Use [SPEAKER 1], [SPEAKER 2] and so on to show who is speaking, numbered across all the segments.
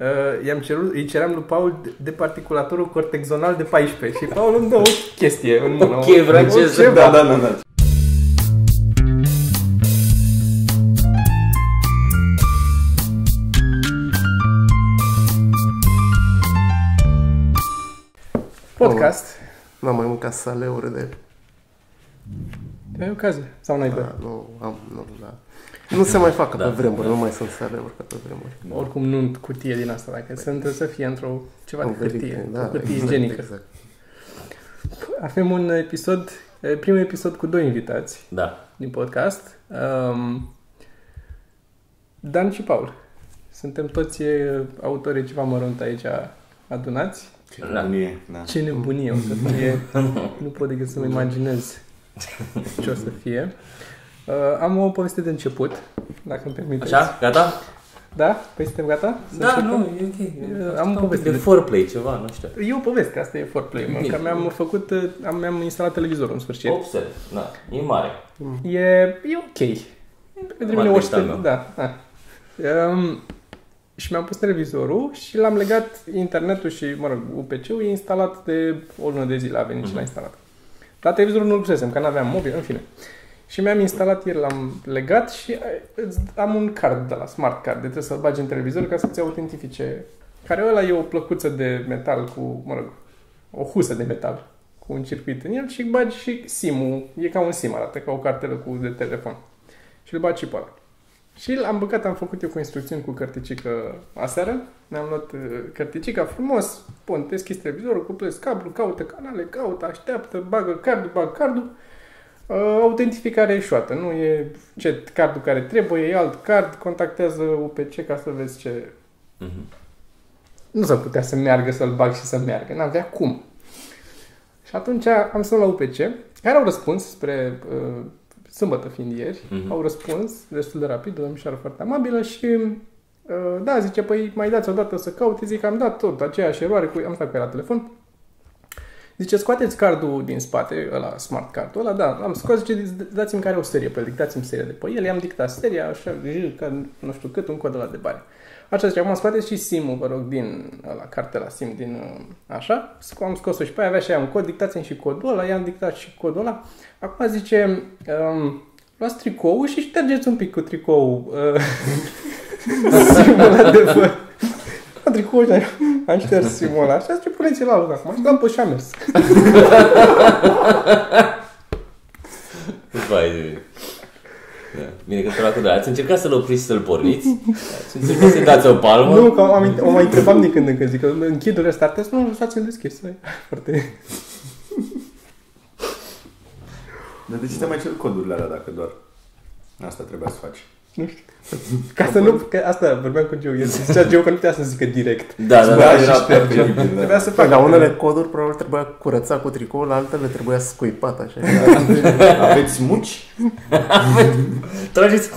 [SPEAKER 1] uh, i-am cerut, îi ceream lui Paul de- departiculatorul cortexonal de 14 și Paul îmi dă o chestie în mână.
[SPEAKER 2] Ok, franceză.
[SPEAKER 1] ceva.
[SPEAKER 3] Da, da, da, da.
[SPEAKER 1] Podcast.
[SPEAKER 4] N-am mai mâncat saleuri de...
[SPEAKER 1] Ai ocazie. Sau n-ai bă.
[SPEAKER 4] Da, nu, am, nu, da. Nu se mai fac ca pe vremuri, nu mai sunt saleuri ca pe vremuri.
[SPEAKER 1] Oricum nu în cutie din asta, dacă sunt, trebuie să fie într-o ceva de
[SPEAKER 4] Am gătit,
[SPEAKER 1] hârtie,
[SPEAKER 4] da,
[SPEAKER 1] o cutie
[SPEAKER 4] exact,
[SPEAKER 1] igienică.
[SPEAKER 4] Exact.
[SPEAKER 1] Avem un episod, eh, primul episod cu doi invitați
[SPEAKER 2] Da.
[SPEAKER 1] din podcast, um, Dan și Paul. Suntem toți eh, autorii ceva mărunt aici adunați.
[SPEAKER 3] Ce
[SPEAKER 2] Da.
[SPEAKER 3] nebunie, da.
[SPEAKER 1] Ce nebunie o să fie, nu pot decât să-mi imaginez ce o să fie. Uh, am o poveste de început, dacă îmi permiteți.
[SPEAKER 2] Așa? Gata?
[SPEAKER 1] Da? Păi suntem gata? Să
[SPEAKER 2] Da,
[SPEAKER 1] începem?
[SPEAKER 2] nu, e ok.
[SPEAKER 1] Am
[SPEAKER 2] Am
[SPEAKER 1] o
[SPEAKER 2] un pic
[SPEAKER 1] poveste
[SPEAKER 2] de
[SPEAKER 1] de-
[SPEAKER 2] foreplay, ceva, nu știu.
[SPEAKER 1] E o poveste, asta e foreplay. mă, Că mi-am făcut, uh, am, mi-am instalat televizorul în sfârșit.
[SPEAKER 2] Observ, da, e mare.
[SPEAKER 1] E, e ok. Pentru
[SPEAKER 2] Mai
[SPEAKER 1] mine
[SPEAKER 2] decât
[SPEAKER 1] orice...
[SPEAKER 2] al meu.
[SPEAKER 1] Da, da. Um, și mi-am pus televizorul și l-am legat internetul și, mă rog, UPC-ul e instalat de o lună de zile, a venit mm-hmm. și l-a instalat. Dar televizorul nu-l pusesem, că n-aveam mobil, în fine. Și mi-am instalat ieri, l-am legat și ai- îți- am un card de la smart card, de trebuie să-l bagi în televizor ca să-ți autentifice. Care ăla e o plăcuță de metal cu, mă rog, o husă de metal cu un circuit în el și bagi și SIM-ul. E ca un SIM, arată ca o cartelă cu de telefon. Și îl bagi și pe ăla. Și l-am băgat, am făcut eu cu instrucțiuni cu cărticică aseară. Ne-am luat uh, cărticica frumos, pun, deschis televizorul, cuplez cablu, caută canale, caută, așteaptă, bagă cardul, bagă cardul. Uh, autentificare eșuată, nu e ce cardul care trebuie, e alt card, contactează UPC ca să vezi ce...
[SPEAKER 2] Mhm.
[SPEAKER 1] Nu s-ar putea să meargă, să-l bag și să meargă, n-avea cum. Și atunci am sunat la UPC, care au răspuns spre uh, sâmbătă fiind ieri,
[SPEAKER 2] Mhm.
[SPEAKER 1] au răspuns destul de rapid, o domnișoară foarte amabilă și uh, da, zice, păi mai dați o dată să caute, zic, am dat tot aceeași eroare, cu, am stat cu ea la telefon. Zice, scoateți cardul din spate, ăla, smart cardul ăla, da, am scos, zice, dați-mi care o serie pe el, dictați-mi seria de pe el, i-am dictat seria, așa, j, ca nu știu cât, un cod ăla de bani. Așa zice, acum scoateți și SIM-ul, vă rog, din la cartela SIM, din uh, așa. Sc- Am scos-o și pe aia, avea și aia un cod, dictați-mi și codul ăla, i-am dictat și codul ăla. Acum zice, um, luați tricoul și ștergeți un pic cu tricoul uh, SIM-ul ăla de vă. Am tricoul și am- am șters SIM-ul ăla. Și zice, puneți-l la loc acum. Și l-am pus și am mers.
[SPEAKER 2] Vai de mine. Da. Bine că s-a da. Ați încercat să-l opriți și să-l porniți? Ați încercat să-i dați o palmă?
[SPEAKER 1] Nu, că am, o mai întrebam din când în când, zic că închid restartez, nu, lăsați-l deschis. Foarte...
[SPEAKER 3] Dar de ce te mai cer codurile alea dacă doar asta trebuia să faci?
[SPEAKER 1] Nu știu. Ca să nu, că asta vorbeam cu Geo, el zicea Geo că nu putea să zică direct.
[SPEAKER 2] Da, da, da.
[SPEAKER 3] și
[SPEAKER 1] și șterge.
[SPEAKER 3] perfect, da.
[SPEAKER 1] Păi, Trebuia să
[SPEAKER 4] Da,
[SPEAKER 1] facă.
[SPEAKER 4] la unele coduri probabil trebuia curățat cu tricou, la altele trebuia scuipat așa.
[SPEAKER 1] Da,
[SPEAKER 3] Aveți muci?
[SPEAKER 2] Trageți.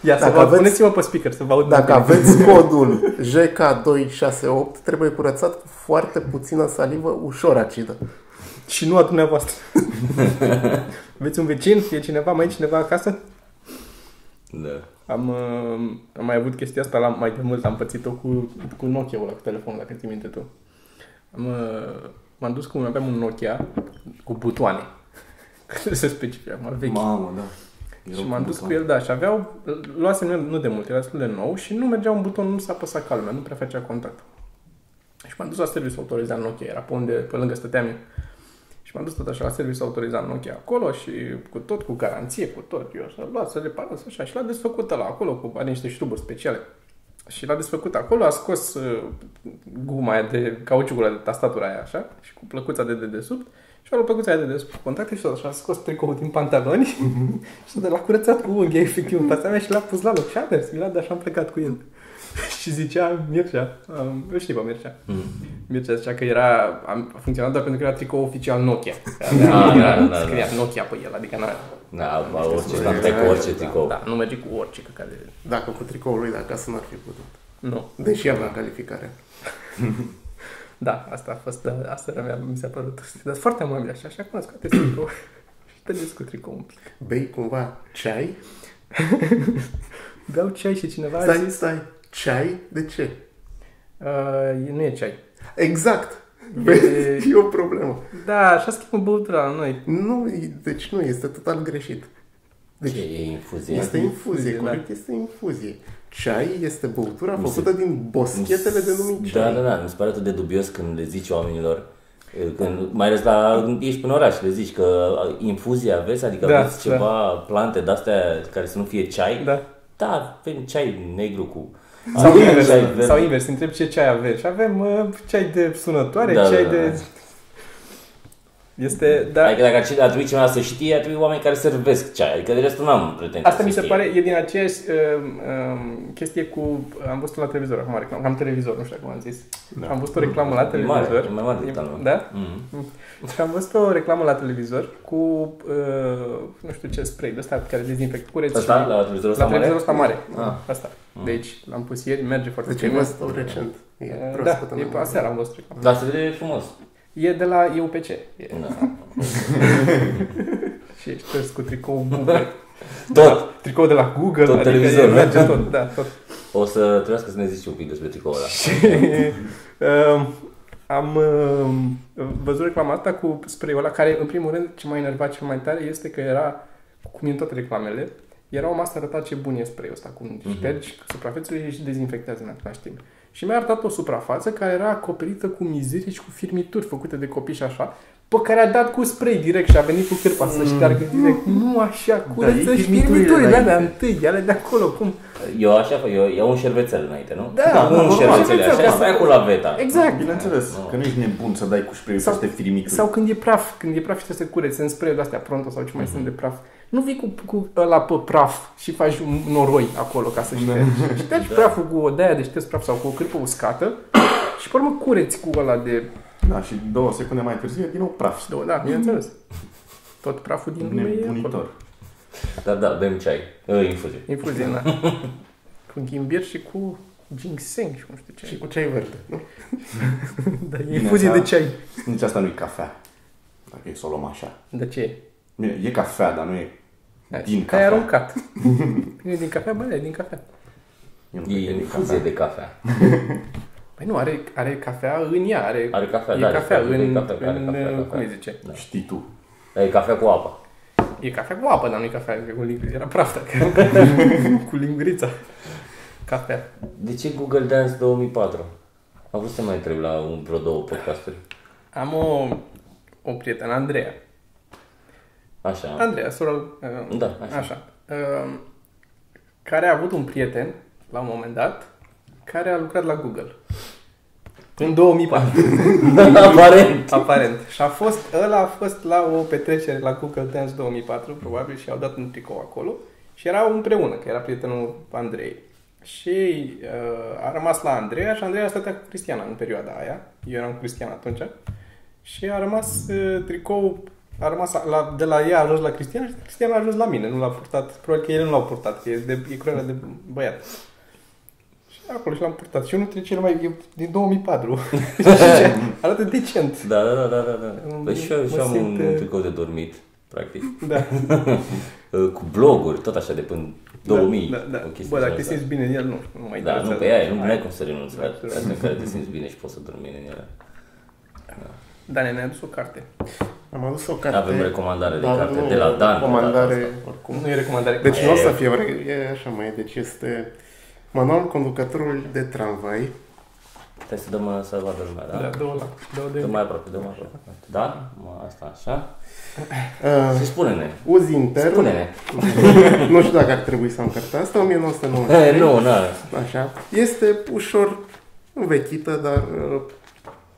[SPEAKER 1] Ia să
[SPEAKER 4] Dacă
[SPEAKER 1] vă,
[SPEAKER 4] aveți-
[SPEAKER 1] puneți-mă pe speaker să vă aud.
[SPEAKER 4] Dacă
[SPEAKER 1] mai
[SPEAKER 4] aveți codul JK268, trebuie curățat cu foarte puțină salivă ușor acidă.
[SPEAKER 1] bine. Și nu a dumneavoastră. Aveți un vecin? E cineva? Mai e cineva acasă?
[SPEAKER 2] Da.
[SPEAKER 1] Am, uh, am mai avut chestia asta la, mai de mult, am pățit-o cu, cu Nokia-ul ăla, cu telefonul, dacă ții minte tu. Am, uh, m-am dus cu un, aveam un Nokia cu butoane. Că se specifică, acum vechi.
[SPEAKER 3] Mamă, da.
[SPEAKER 1] Și m-am dus cu el, da, și aveau, luasem eu nu de mult, era destul de nou și nu mergea un buton, nu s-a păsat ca lumea, nu prea făcea contact. Și m-am dus la serviciu autorizat Nokia, era pe unde, pe lângă stăteam eu. Și m-am dus tot așa la serviciu autorizat Nokia acolo și cu tot, cu garanție, cu tot, eu să luat, să reparat, să așa. Și l-a desfăcut la acolo, cu are niște șuruburi speciale. Și l-a desfăcut acolo, a scos uh, guma aia de cauciucul ăla de tastatura aia așa și cu plăcuța de dedesubt și a luat plăcuța aia de dedesubt cu contacte și tot așa a scos tricoul din pantaloni
[SPEAKER 2] Mhm.
[SPEAKER 1] și de l-a curățat cu unghia efectiv în fața mea și l-a pus la loc și a mers, mi l-a dat și am plecat cu el. și zicea Mircea, um, eu știi pe Mircea,
[SPEAKER 2] Mhm.
[SPEAKER 1] Mircea zicea că era, a funcționat doar pentru că era tricou oficial Nokia.
[SPEAKER 2] Da, da, da,
[SPEAKER 1] Scria Nokia pe el, adică n-a,
[SPEAKER 2] Da, ba, orice, n-am tăiat cu orice tricou.
[SPEAKER 1] da, nu merge cu orice căcat de...
[SPEAKER 4] Dacă cu tricoul lui de acasă n-ar fi putut.
[SPEAKER 1] Nu.
[SPEAKER 4] Deși avea calificare.
[SPEAKER 1] Da, asta a fost, asta era, mi s-a părut. Dar foarte amabil așa, așa cum scoate tricou. și tăgeți cu tricou un pic.
[SPEAKER 4] Bei cumva ceai?
[SPEAKER 1] Beau ceai și cineva a
[SPEAKER 4] Stai,
[SPEAKER 1] zis,
[SPEAKER 4] stai. Ceai? De ce?
[SPEAKER 1] Uh, nu e ceai.
[SPEAKER 4] Exact! Vezi, e o problemă.
[SPEAKER 1] Da, așa schimbă băutura la noi.
[SPEAKER 4] Nu, e- deci nu, este total greșit.
[SPEAKER 2] Ce e infuzie?
[SPEAKER 4] Este infuzie,
[SPEAKER 1] da.
[SPEAKER 4] corect, este infuzie. Ceai este băutura făcută din boschetele de numit
[SPEAKER 2] Da,
[SPEAKER 4] ceai.
[SPEAKER 2] da, da, mi se pare atât de dubios când le zici oamenilor, eh, când, mai ales la, ești prin oraș, le zici că a, infuzie aveți, adică
[SPEAKER 1] Da,
[SPEAKER 2] aveți
[SPEAKER 1] da.
[SPEAKER 2] ceva plante de-astea care să nu fie ceai.
[SPEAKER 1] Da.
[SPEAKER 2] Da, avem ceai negru cu...
[SPEAKER 1] Sau
[SPEAKER 2] avem
[SPEAKER 1] invers,
[SPEAKER 2] Ah,
[SPEAKER 1] da.
[SPEAKER 2] ceai verde.
[SPEAKER 1] sau invers, întreb ce ceai aveți. Și avem uh, ceai de sunătoare,
[SPEAKER 2] Da, da,
[SPEAKER 1] ceai
[SPEAKER 2] da,
[SPEAKER 1] de...
[SPEAKER 2] da.
[SPEAKER 1] Este, da,
[SPEAKER 2] Adică dacă ar, ar trebui cineva să știe, ar trebui oameni care servesc ceai. Adică de restul n-am pretenții
[SPEAKER 1] Asta
[SPEAKER 2] să
[SPEAKER 1] mi se
[SPEAKER 2] știe.
[SPEAKER 1] pare, e din aceeași um, um, chestie cu... Am văzut la televizor acum, reclamă, am televizor, nu știu cum am zis. Da. Am văzut o reclamă la
[SPEAKER 2] E mare,
[SPEAKER 1] televizor.
[SPEAKER 2] e mai mare decât al meu.
[SPEAKER 1] da?
[SPEAKER 2] Mhm.
[SPEAKER 1] Și am văzut o reclamă la televizor cu, uh, nu știu ce spray de ăsta care dezinfect cureți.
[SPEAKER 2] Asta,
[SPEAKER 1] și-
[SPEAKER 2] la televizorul
[SPEAKER 1] Deci, la
[SPEAKER 2] ăsta mare?
[SPEAKER 1] televizorul ăsta mare.
[SPEAKER 2] Ah.
[SPEAKER 1] Asta. Deci l-am pus ieri, merge foarte
[SPEAKER 4] Deci ai
[SPEAKER 1] bine.
[SPEAKER 4] văzut recent. E
[SPEAKER 1] Uh, Da,
[SPEAKER 4] proaspătă
[SPEAKER 1] e
[SPEAKER 4] nouă.
[SPEAKER 1] pe aseară am văzut reclamă.
[SPEAKER 2] Dar Da, se vede frumos.
[SPEAKER 1] E de la EUPC. E.
[SPEAKER 2] Da.
[SPEAKER 1] Și ești tors cu tricou Google.
[SPEAKER 2] Tot.
[SPEAKER 1] Tricou de la Google. adică
[SPEAKER 2] Tot televizor,
[SPEAKER 1] e-
[SPEAKER 2] da?
[SPEAKER 1] merge tot, da, tot.
[SPEAKER 2] O să trebuiască să ne zici un pic despre tricoul ăla.
[SPEAKER 1] Um, am um, văzut reclama asta cu spray ăla, care, în primul rând, ce m-a enervat cel mai tare este că era, cum e în toate reclamele, era o masă arăta ce bun e spray-ul ăsta, cum mm-hmm. ștergi suprafețele și dezinfectează în același timp. Și mi-a arătat o suprafață care era acoperită cu mizerii și cu firmituri făcute de copii și așa, pe care a dat cu spray direct și a venit cu cârpa să șteargă direct. Nu așa, curăță
[SPEAKER 4] ei
[SPEAKER 1] și
[SPEAKER 4] firmiturile
[SPEAKER 1] firmiturile
[SPEAKER 4] înainte.
[SPEAKER 1] alea întâi, alea de acolo, cum?
[SPEAKER 2] Eu așa fac, eu iau un șervețel înainte, nu?
[SPEAKER 1] Da,
[SPEAKER 2] da
[SPEAKER 1] normal.
[SPEAKER 2] un șervețel,
[SPEAKER 1] Șervețel,
[SPEAKER 2] așa,
[SPEAKER 1] ca să-
[SPEAKER 2] stai cu laveta.
[SPEAKER 1] Exact.
[SPEAKER 3] Bineînțeles, că nu ești nebun să dai cu spray
[SPEAKER 1] Sau-
[SPEAKER 3] peste firmicuri.
[SPEAKER 1] Sau când e praf, când e praf și trebuie să cureți în spray de astea pronto sau ce mai sunt de praf. Nu vii cu, cu ăla pe praf și faci un noroi acolo ca să ștergi. Ștergi praful cu o de-aia de șters praf sau cu o cârpă uscată și pe urmă cureți cu ăla de...
[SPEAKER 3] Da, și două secunde mai târziu e din nou praf.
[SPEAKER 1] de da, bineînțeles. Tot praful din lume e acolo.
[SPEAKER 3] Nebunitor.
[SPEAKER 2] Dar da, bem ceai, uh, infuzie.
[SPEAKER 1] Infuzie, da. Cu ghimbir și cu ginseng și nu știu ce.
[SPEAKER 4] Și cu ceai verde, nu?
[SPEAKER 1] Da, e infuzie
[SPEAKER 3] asta-
[SPEAKER 1] de ceai.
[SPEAKER 3] Nici asta nu e cafea. Dacă e să o luăm așa.
[SPEAKER 1] De ce e?
[SPEAKER 3] Bine, e cafea, dar nu e...
[SPEAKER 1] Hai,
[SPEAKER 3] Din
[SPEAKER 1] ai
[SPEAKER 3] cafea.
[SPEAKER 1] aruncat. E din cafea, bă, e din cafea.
[SPEAKER 3] Eu nu
[SPEAKER 2] E
[SPEAKER 3] cred că din
[SPEAKER 2] infuzie de cafea.
[SPEAKER 1] Păi nu, are, are cafea în ea, are,
[SPEAKER 2] Are cafea,
[SPEAKER 1] e
[SPEAKER 2] da,
[SPEAKER 1] cafea,
[SPEAKER 2] are
[SPEAKER 1] în,
[SPEAKER 2] cafea, are
[SPEAKER 1] în,
[SPEAKER 2] cafea, cafea.
[SPEAKER 1] cum îi zice?
[SPEAKER 3] cafea. Da. Știi tu.
[SPEAKER 2] E cafea cu apă.
[SPEAKER 1] E cafea cu apă, dar nu e cafea că cu lingurița, era praf, dacă- cu lingurița. Cafea.
[SPEAKER 2] De ce Google Dance 2004? Am vrut să mai întreb la un vreo două podcasturi.
[SPEAKER 1] Am o, o prietenă, Andreea.
[SPEAKER 2] Așa.
[SPEAKER 1] Andreea, sora... uh,
[SPEAKER 2] Da, așa.
[SPEAKER 1] așa uh, care a avut un prieten, la un moment dat, care a lucrat la Google. În 2004.
[SPEAKER 2] Aparent.
[SPEAKER 1] Aparent. Și a fost, ăla a fost la o petrecere la Google Dance 2004, probabil, și au dat un tricou acolo. Și erau împreună, că era prietenul Andrei. Și uh, a rămas la Andreea și Andreea stătea cu Cristiana în perioada aia. Eu eram cu Cristiana atunci. Și a rămas uh, tricou a rămas la, de la ea a ajuns la Cristiana și Cristiana a ajuns la mine. Nu l-a purtat. Probabil că el nu l-au purtat, că e, de, e cruelă de băiat. Și acolo și l-am purtat. Și unul dintre cele mai... e din 2004. Arată decent.
[SPEAKER 2] Da, da, da, da, da, da.
[SPEAKER 1] Mă-
[SPEAKER 2] Păi și eu, și
[SPEAKER 1] mă
[SPEAKER 2] eu am
[SPEAKER 1] simt,
[SPEAKER 2] un, un
[SPEAKER 1] eh,
[SPEAKER 2] tricou de dormit, practic.
[SPEAKER 1] Da,
[SPEAKER 2] Uh, Cu bloguri, tot așa, de până 2000.
[SPEAKER 1] da, da.
[SPEAKER 2] o chestie
[SPEAKER 1] Bă, dacă
[SPEAKER 2] așa,
[SPEAKER 1] te
[SPEAKER 2] da.
[SPEAKER 1] simți bine în el, nu, nu mai
[SPEAKER 2] Da, nu,
[SPEAKER 1] interesează.
[SPEAKER 2] pe ea, nu ai cum să renunți la
[SPEAKER 1] Absolut.
[SPEAKER 2] astea în care te simți bine și poți să dormi în ele.
[SPEAKER 1] Da, ne-a adus o carte.
[SPEAKER 4] Am adus o carte.
[SPEAKER 2] Avem recomandare de
[SPEAKER 3] Da,
[SPEAKER 4] dar
[SPEAKER 2] carte
[SPEAKER 4] nu
[SPEAKER 2] de la Dan.
[SPEAKER 4] Recomandare,
[SPEAKER 1] Cum
[SPEAKER 4] oricum.
[SPEAKER 1] Da, nu e recomandare
[SPEAKER 4] Deci
[SPEAKER 1] ca-
[SPEAKER 4] nu o să fie, o re- e așa mai, deci este manualul conducătorului de tramvai.
[SPEAKER 2] Trebuie să dăm uh, să vadă lumea, da?
[SPEAKER 1] Da, două la, două
[SPEAKER 2] Dă
[SPEAKER 1] de...
[SPEAKER 2] mai aproape, dă mai aproape. Da? Mă, Asta așa.
[SPEAKER 4] Uh,
[SPEAKER 2] Și spune-ne.
[SPEAKER 4] uzi intern.
[SPEAKER 2] Spune-ne.
[SPEAKER 4] Nu știu dacă ar trebui să am cartea asta, 1990.
[SPEAKER 2] Eh, Nu, nu.
[SPEAKER 4] Așa. Este ușor învechită, dar uh,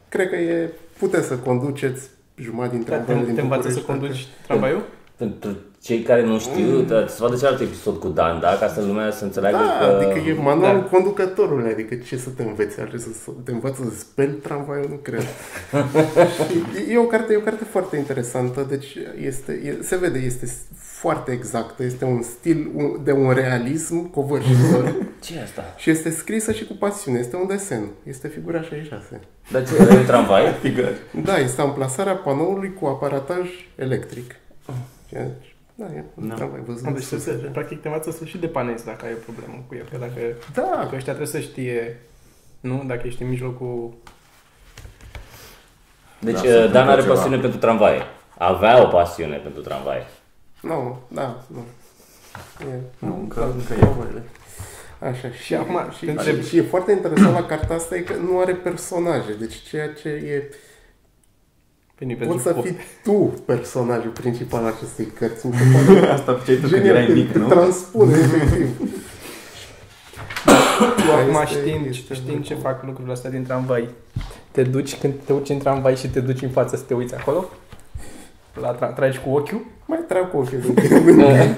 [SPEAKER 4] cred că e, puteți să conduceți jumătate din
[SPEAKER 1] Da,
[SPEAKER 4] tramvaiul
[SPEAKER 1] te,
[SPEAKER 4] din
[SPEAKER 1] te învață să
[SPEAKER 4] București, Da.
[SPEAKER 1] conduci tramvaiul?
[SPEAKER 2] Pentru cei care nu
[SPEAKER 3] Mm.
[SPEAKER 2] știu, da, să vadă celălalt episod cu Dan, da? Ca să lumea să înțeleagă
[SPEAKER 4] Da,
[SPEAKER 2] că...
[SPEAKER 4] adică e manualul
[SPEAKER 1] da.
[SPEAKER 4] da. conducătorului, adică ce să te înveți, ar trebui să, să te învață să speli tramvaiul, nu cred. și e o carte, e o carte foarte interesantă, deci este, e, se vede, este foarte exactă, este un stil un- de un realism covârșitor
[SPEAKER 2] ce e asta?
[SPEAKER 4] și este scrisă și cu pasiune, este un desen, este figura 66.
[SPEAKER 2] Dar ce? Era un tramvai?
[SPEAKER 3] Figări.
[SPEAKER 4] Da, este amplasarea panoului cu aparataj electric. Deci, Da, e un
[SPEAKER 3] Da.
[SPEAKER 4] tramvai văzut.
[SPEAKER 1] Deci,
[SPEAKER 4] de sus.
[SPEAKER 1] să, practic, te învață să și depanezi dacă ai o problemă cu el. Că dacă,
[SPEAKER 4] Da,
[SPEAKER 1] dacă ăștia trebuie să știe, nu? Dacă ești în mijlocul...
[SPEAKER 2] Deci
[SPEAKER 3] Da, se
[SPEAKER 2] da, Dan are
[SPEAKER 3] întâmplă
[SPEAKER 2] pasiune
[SPEAKER 3] ceva.
[SPEAKER 2] pentru tramvaie. Avea o pasiune pentru tramvaie.
[SPEAKER 4] nu, da, nu. E,
[SPEAKER 3] Nu, încă, încă
[SPEAKER 4] da,
[SPEAKER 3] e.
[SPEAKER 4] voile. Așa, și,
[SPEAKER 1] Și acum,
[SPEAKER 4] și,
[SPEAKER 1] te întreb.
[SPEAKER 4] și, și e foarte interesant la cartea asta e că nu are personaje, deci ceea ce e
[SPEAKER 1] Veni pentru
[SPEAKER 4] Poți să
[SPEAKER 1] pop.
[SPEAKER 4] fii tu personajul principal al acestei cărți. Mi se pare
[SPEAKER 3] Asta făceai tu când
[SPEAKER 4] genial,
[SPEAKER 3] erai
[SPEAKER 4] te-
[SPEAKER 3] mic,
[SPEAKER 4] te
[SPEAKER 3] nu?
[SPEAKER 4] transpune, efectiv.
[SPEAKER 1] Tu acum
[SPEAKER 4] da, Este-
[SPEAKER 1] știind,
[SPEAKER 4] este
[SPEAKER 1] știind ce fac lucrurile astea din tramvai, te duci când te urci în tramvai și te duci în față să te uiți acolo? La tra- tragi cu ochiul?
[SPEAKER 4] Mai trag cu ochiul din când în când.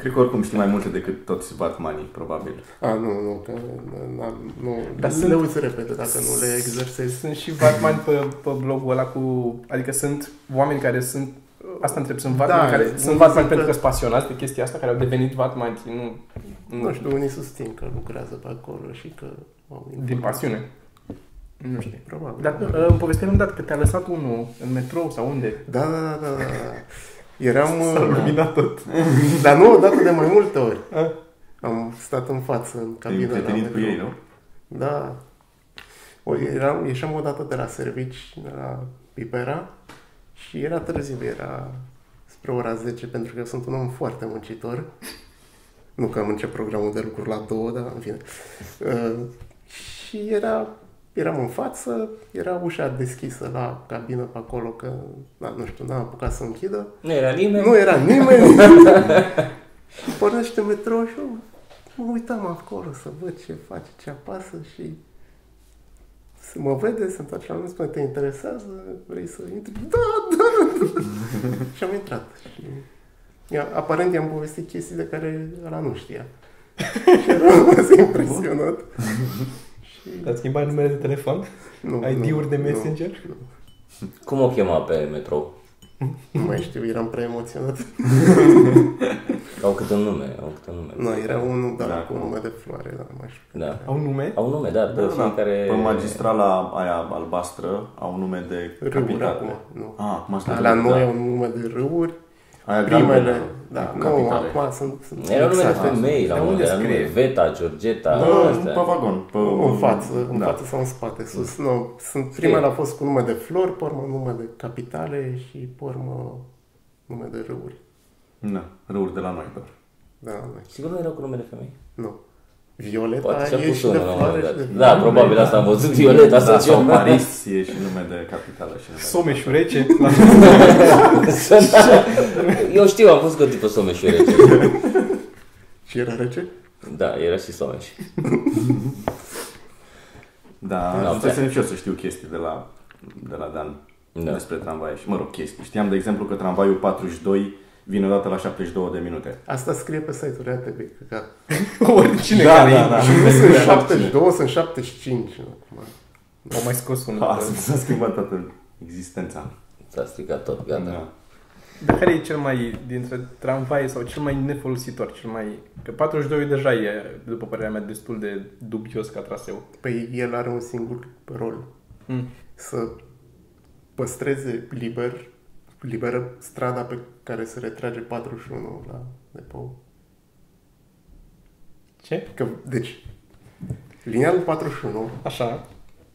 [SPEAKER 3] Cred că oricum știi mai multe decât toți Batmanii, probabil.
[SPEAKER 4] A, nu, nu, că n-am- nu,
[SPEAKER 1] Dar
[SPEAKER 4] le
[SPEAKER 1] sunt-
[SPEAKER 4] uiți repede dacă nu le exersezi.
[SPEAKER 1] Sunt și Batman pe, pe blogul ăla cu... Adică sunt oameni care sunt... Asta întreb, sunt Batman,
[SPEAKER 4] Da,
[SPEAKER 1] care,
[SPEAKER 4] unii
[SPEAKER 1] sunt Batman
[SPEAKER 4] sunt
[SPEAKER 1] pentru
[SPEAKER 4] pe-
[SPEAKER 1] că sunt pasionați de chestia asta, care au devenit Batman și nu,
[SPEAKER 4] Nu știu, unii susțin că lucrează pe acolo și că au
[SPEAKER 1] din pasiune. Nu știu.
[SPEAKER 4] Probabil.
[SPEAKER 1] Dar uh, îmi povestea un dat că te-a lăsat unul în metrou sau unde?
[SPEAKER 4] Da, da, da, da, da. Eram...
[SPEAKER 3] S-a
[SPEAKER 4] uh,
[SPEAKER 3] luminat tot.
[SPEAKER 4] Dar nu odată de mai multe ori.
[SPEAKER 1] A?
[SPEAKER 4] Am stat în față, în
[SPEAKER 3] Te-ai
[SPEAKER 4] cabină. la
[SPEAKER 3] prietenit cu
[SPEAKER 4] metro.
[SPEAKER 3] ei, nu?
[SPEAKER 4] Da. O, eram, ieșeam odată de la servici, de la Pipera, și era târziu, era spre ora 10, pentru că sunt un om foarte muncitor. Nu că am început programul de lucru la 2, dar în fine. Uh, și era, eram în față, era ușa deschisă la cabină pe acolo, că na, nu știu, n-am apucat să închidă.
[SPEAKER 2] Nu era nimeni.
[SPEAKER 4] Nu era nimeni. și pornește metrou și eu mă uitam acolo să văd ce face, ce apasă și se mă vede, se întoarce la mine, spune, te interesează, vrei să intri? Da, da! și am intrat. Și... Ia, aparent i-am povestit chestii de care ăla nu știa. și eram rămas impresionat. și...
[SPEAKER 1] Te-a schimbat numele de telefon?
[SPEAKER 4] Nu,
[SPEAKER 1] ID-uri de
[SPEAKER 4] nu,
[SPEAKER 1] messenger?
[SPEAKER 2] Cum o chema pe metrou?
[SPEAKER 4] Nu, nu mai știu, eram prea emoționat.
[SPEAKER 2] Au câte un nume, au câte un nume.
[SPEAKER 4] Nu, era unul, da,
[SPEAKER 3] Da,
[SPEAKER 4] cu
[SPEAKER 3] cum?
[SPEAKER 4] nume de floare, dar nu mai știu.
[SPEAKER 2] Da.
[SPEAKER 1] Au nume?
[SPEAKER 2] Au nume, da, pe
[SPEAKER 3] Da, da.
[SPEAKER 2] fiecare...
[SPEAKER 3] Pe magistrala aia albastră au nume de
[SPEAKER 4] Râuri acum,
[SPEAKER 3] capitale.
[SPEAKER 4] nu.
[SPEAKER 3] Ah, cum
[SPEAKER 4] Da,
[SPEAKER 3] asta
[SPEAKER 4] la noi au nume de râuri,
[SPEAKER 3] Aia
[SPEAKER 4] primele,
[SPEAKER 3] galbenă,
[SPEAKER 4] da,
[SPEAKER 3] cu
[SPEAKER 4] nu,
[SPEAKER 3] capitale.
[SPEAKER 4] acum sunt, sunt
[SPEAKER 2] Era nume de
[SPEAKER 4] mixate.
[SPEAKER 2] femei, la
[SPEAKER 1] De
[SPEAKER 2] unde
[SPEAKER 1] unde
[SPEAKER 2] era nume
[SPEAKER 1] scrie?
[SPEAKER 2] Veta, Georgeta,
[SPEAKER 3] Da,
[SPEAKER 2] astea.
[SPEAKER 3] pe vagon. Pe
[SPEAKER 4] în față, în
[SPEAKER 3] da.
[SPEAKER 4] față sau în spate, sus, nu, sunt, primele au fost cu nume de flori, pe urmă nume de capitale și pe urmă nume de râuri,
[SPEAKER 3] Da, râuri de la noi doar.
[SPEAKER 4] da, la noi.
[SPEAKER 2] Sigur nu erau cu nume de femei?
[SPEAKER 4] nu. Violeta
[SPEAKER 2] Poate și-a
[SPEAKER 4] e
[SPEAKER 2] pus
[SPEAKER 4] și de
[SPEAKER 2] unul la un
[SPEAKER 4] floare
[SPEAKER 2] moment
[SPEAKER 4] și de
[SPEAKER 2] dat. Da, probabil asta am văzut Violeta
[SPEAKER 3] Da,
[SPEAKER 2] să
[SPEAKER 3] sau
[SPEAKER 2] ceva.
[SPEAKER 3] Paris e și nume de capitală. Și nume de-
[SPEAKER 1] Someșurece? La...
[SPEAKER 2] Eu știu, am fost cu tipul Someș și rece.
[SPEAKER 4] Și era rece?
[SPEAKER 2] Da, era și Someș.
[SPEAKER 3] Da,
[SPEAKER 2] Da,
[SPEAKER 3] ajunge
[SPEAKER 2] ok.
[SPEAKER 3] să și eu să știu chestii de la, de la Dan
[SPEAKER 2] Da.
[SPEAKER 3] despre tramvaie și, mă rog, chestii. Știam, de exemplu, că tramvaiul 42 vine odată la 72 de minute.
[SPEAKER 4] Asta scrie pe site-ul ATB, că gata.
[SPEAKER 1] Oricine
[SPEAKER 3] Da,
[SPEAKER 1] care
[SPEAKER 3] da,
[SPEAKER 1] e.
[SPEAKER 3] da.
[SPEAKER 4] Și nu sunt 72, sunt 75 acum.
[SPEAKER 1] Au mai scos unul.
[SPEAKER 3] A, Ah, s-a schimbat toată existența.
[SPEAKER 2] S-a stricat tot, gata.
[SPEAKER 3] Da.
[SPEAKER 1] Dar care e cel mai, dintre tramvaie sau cel mai nefolositor, cel mai... Că 42 deja e, după părerea mea, destul de dubios ca traseu.
[SPEAKER 4] Păi el are un singur rol.
[SPEAKER 1] Mm.
[SPEAKER 4] Să păstreze liber, liberă strada pe care se retrage 41 la depou.
[SPEAKER 1] Ce?
[SPEAKER 4] Că, deci, linia lui 41,
[SPEAKER 1] Așa.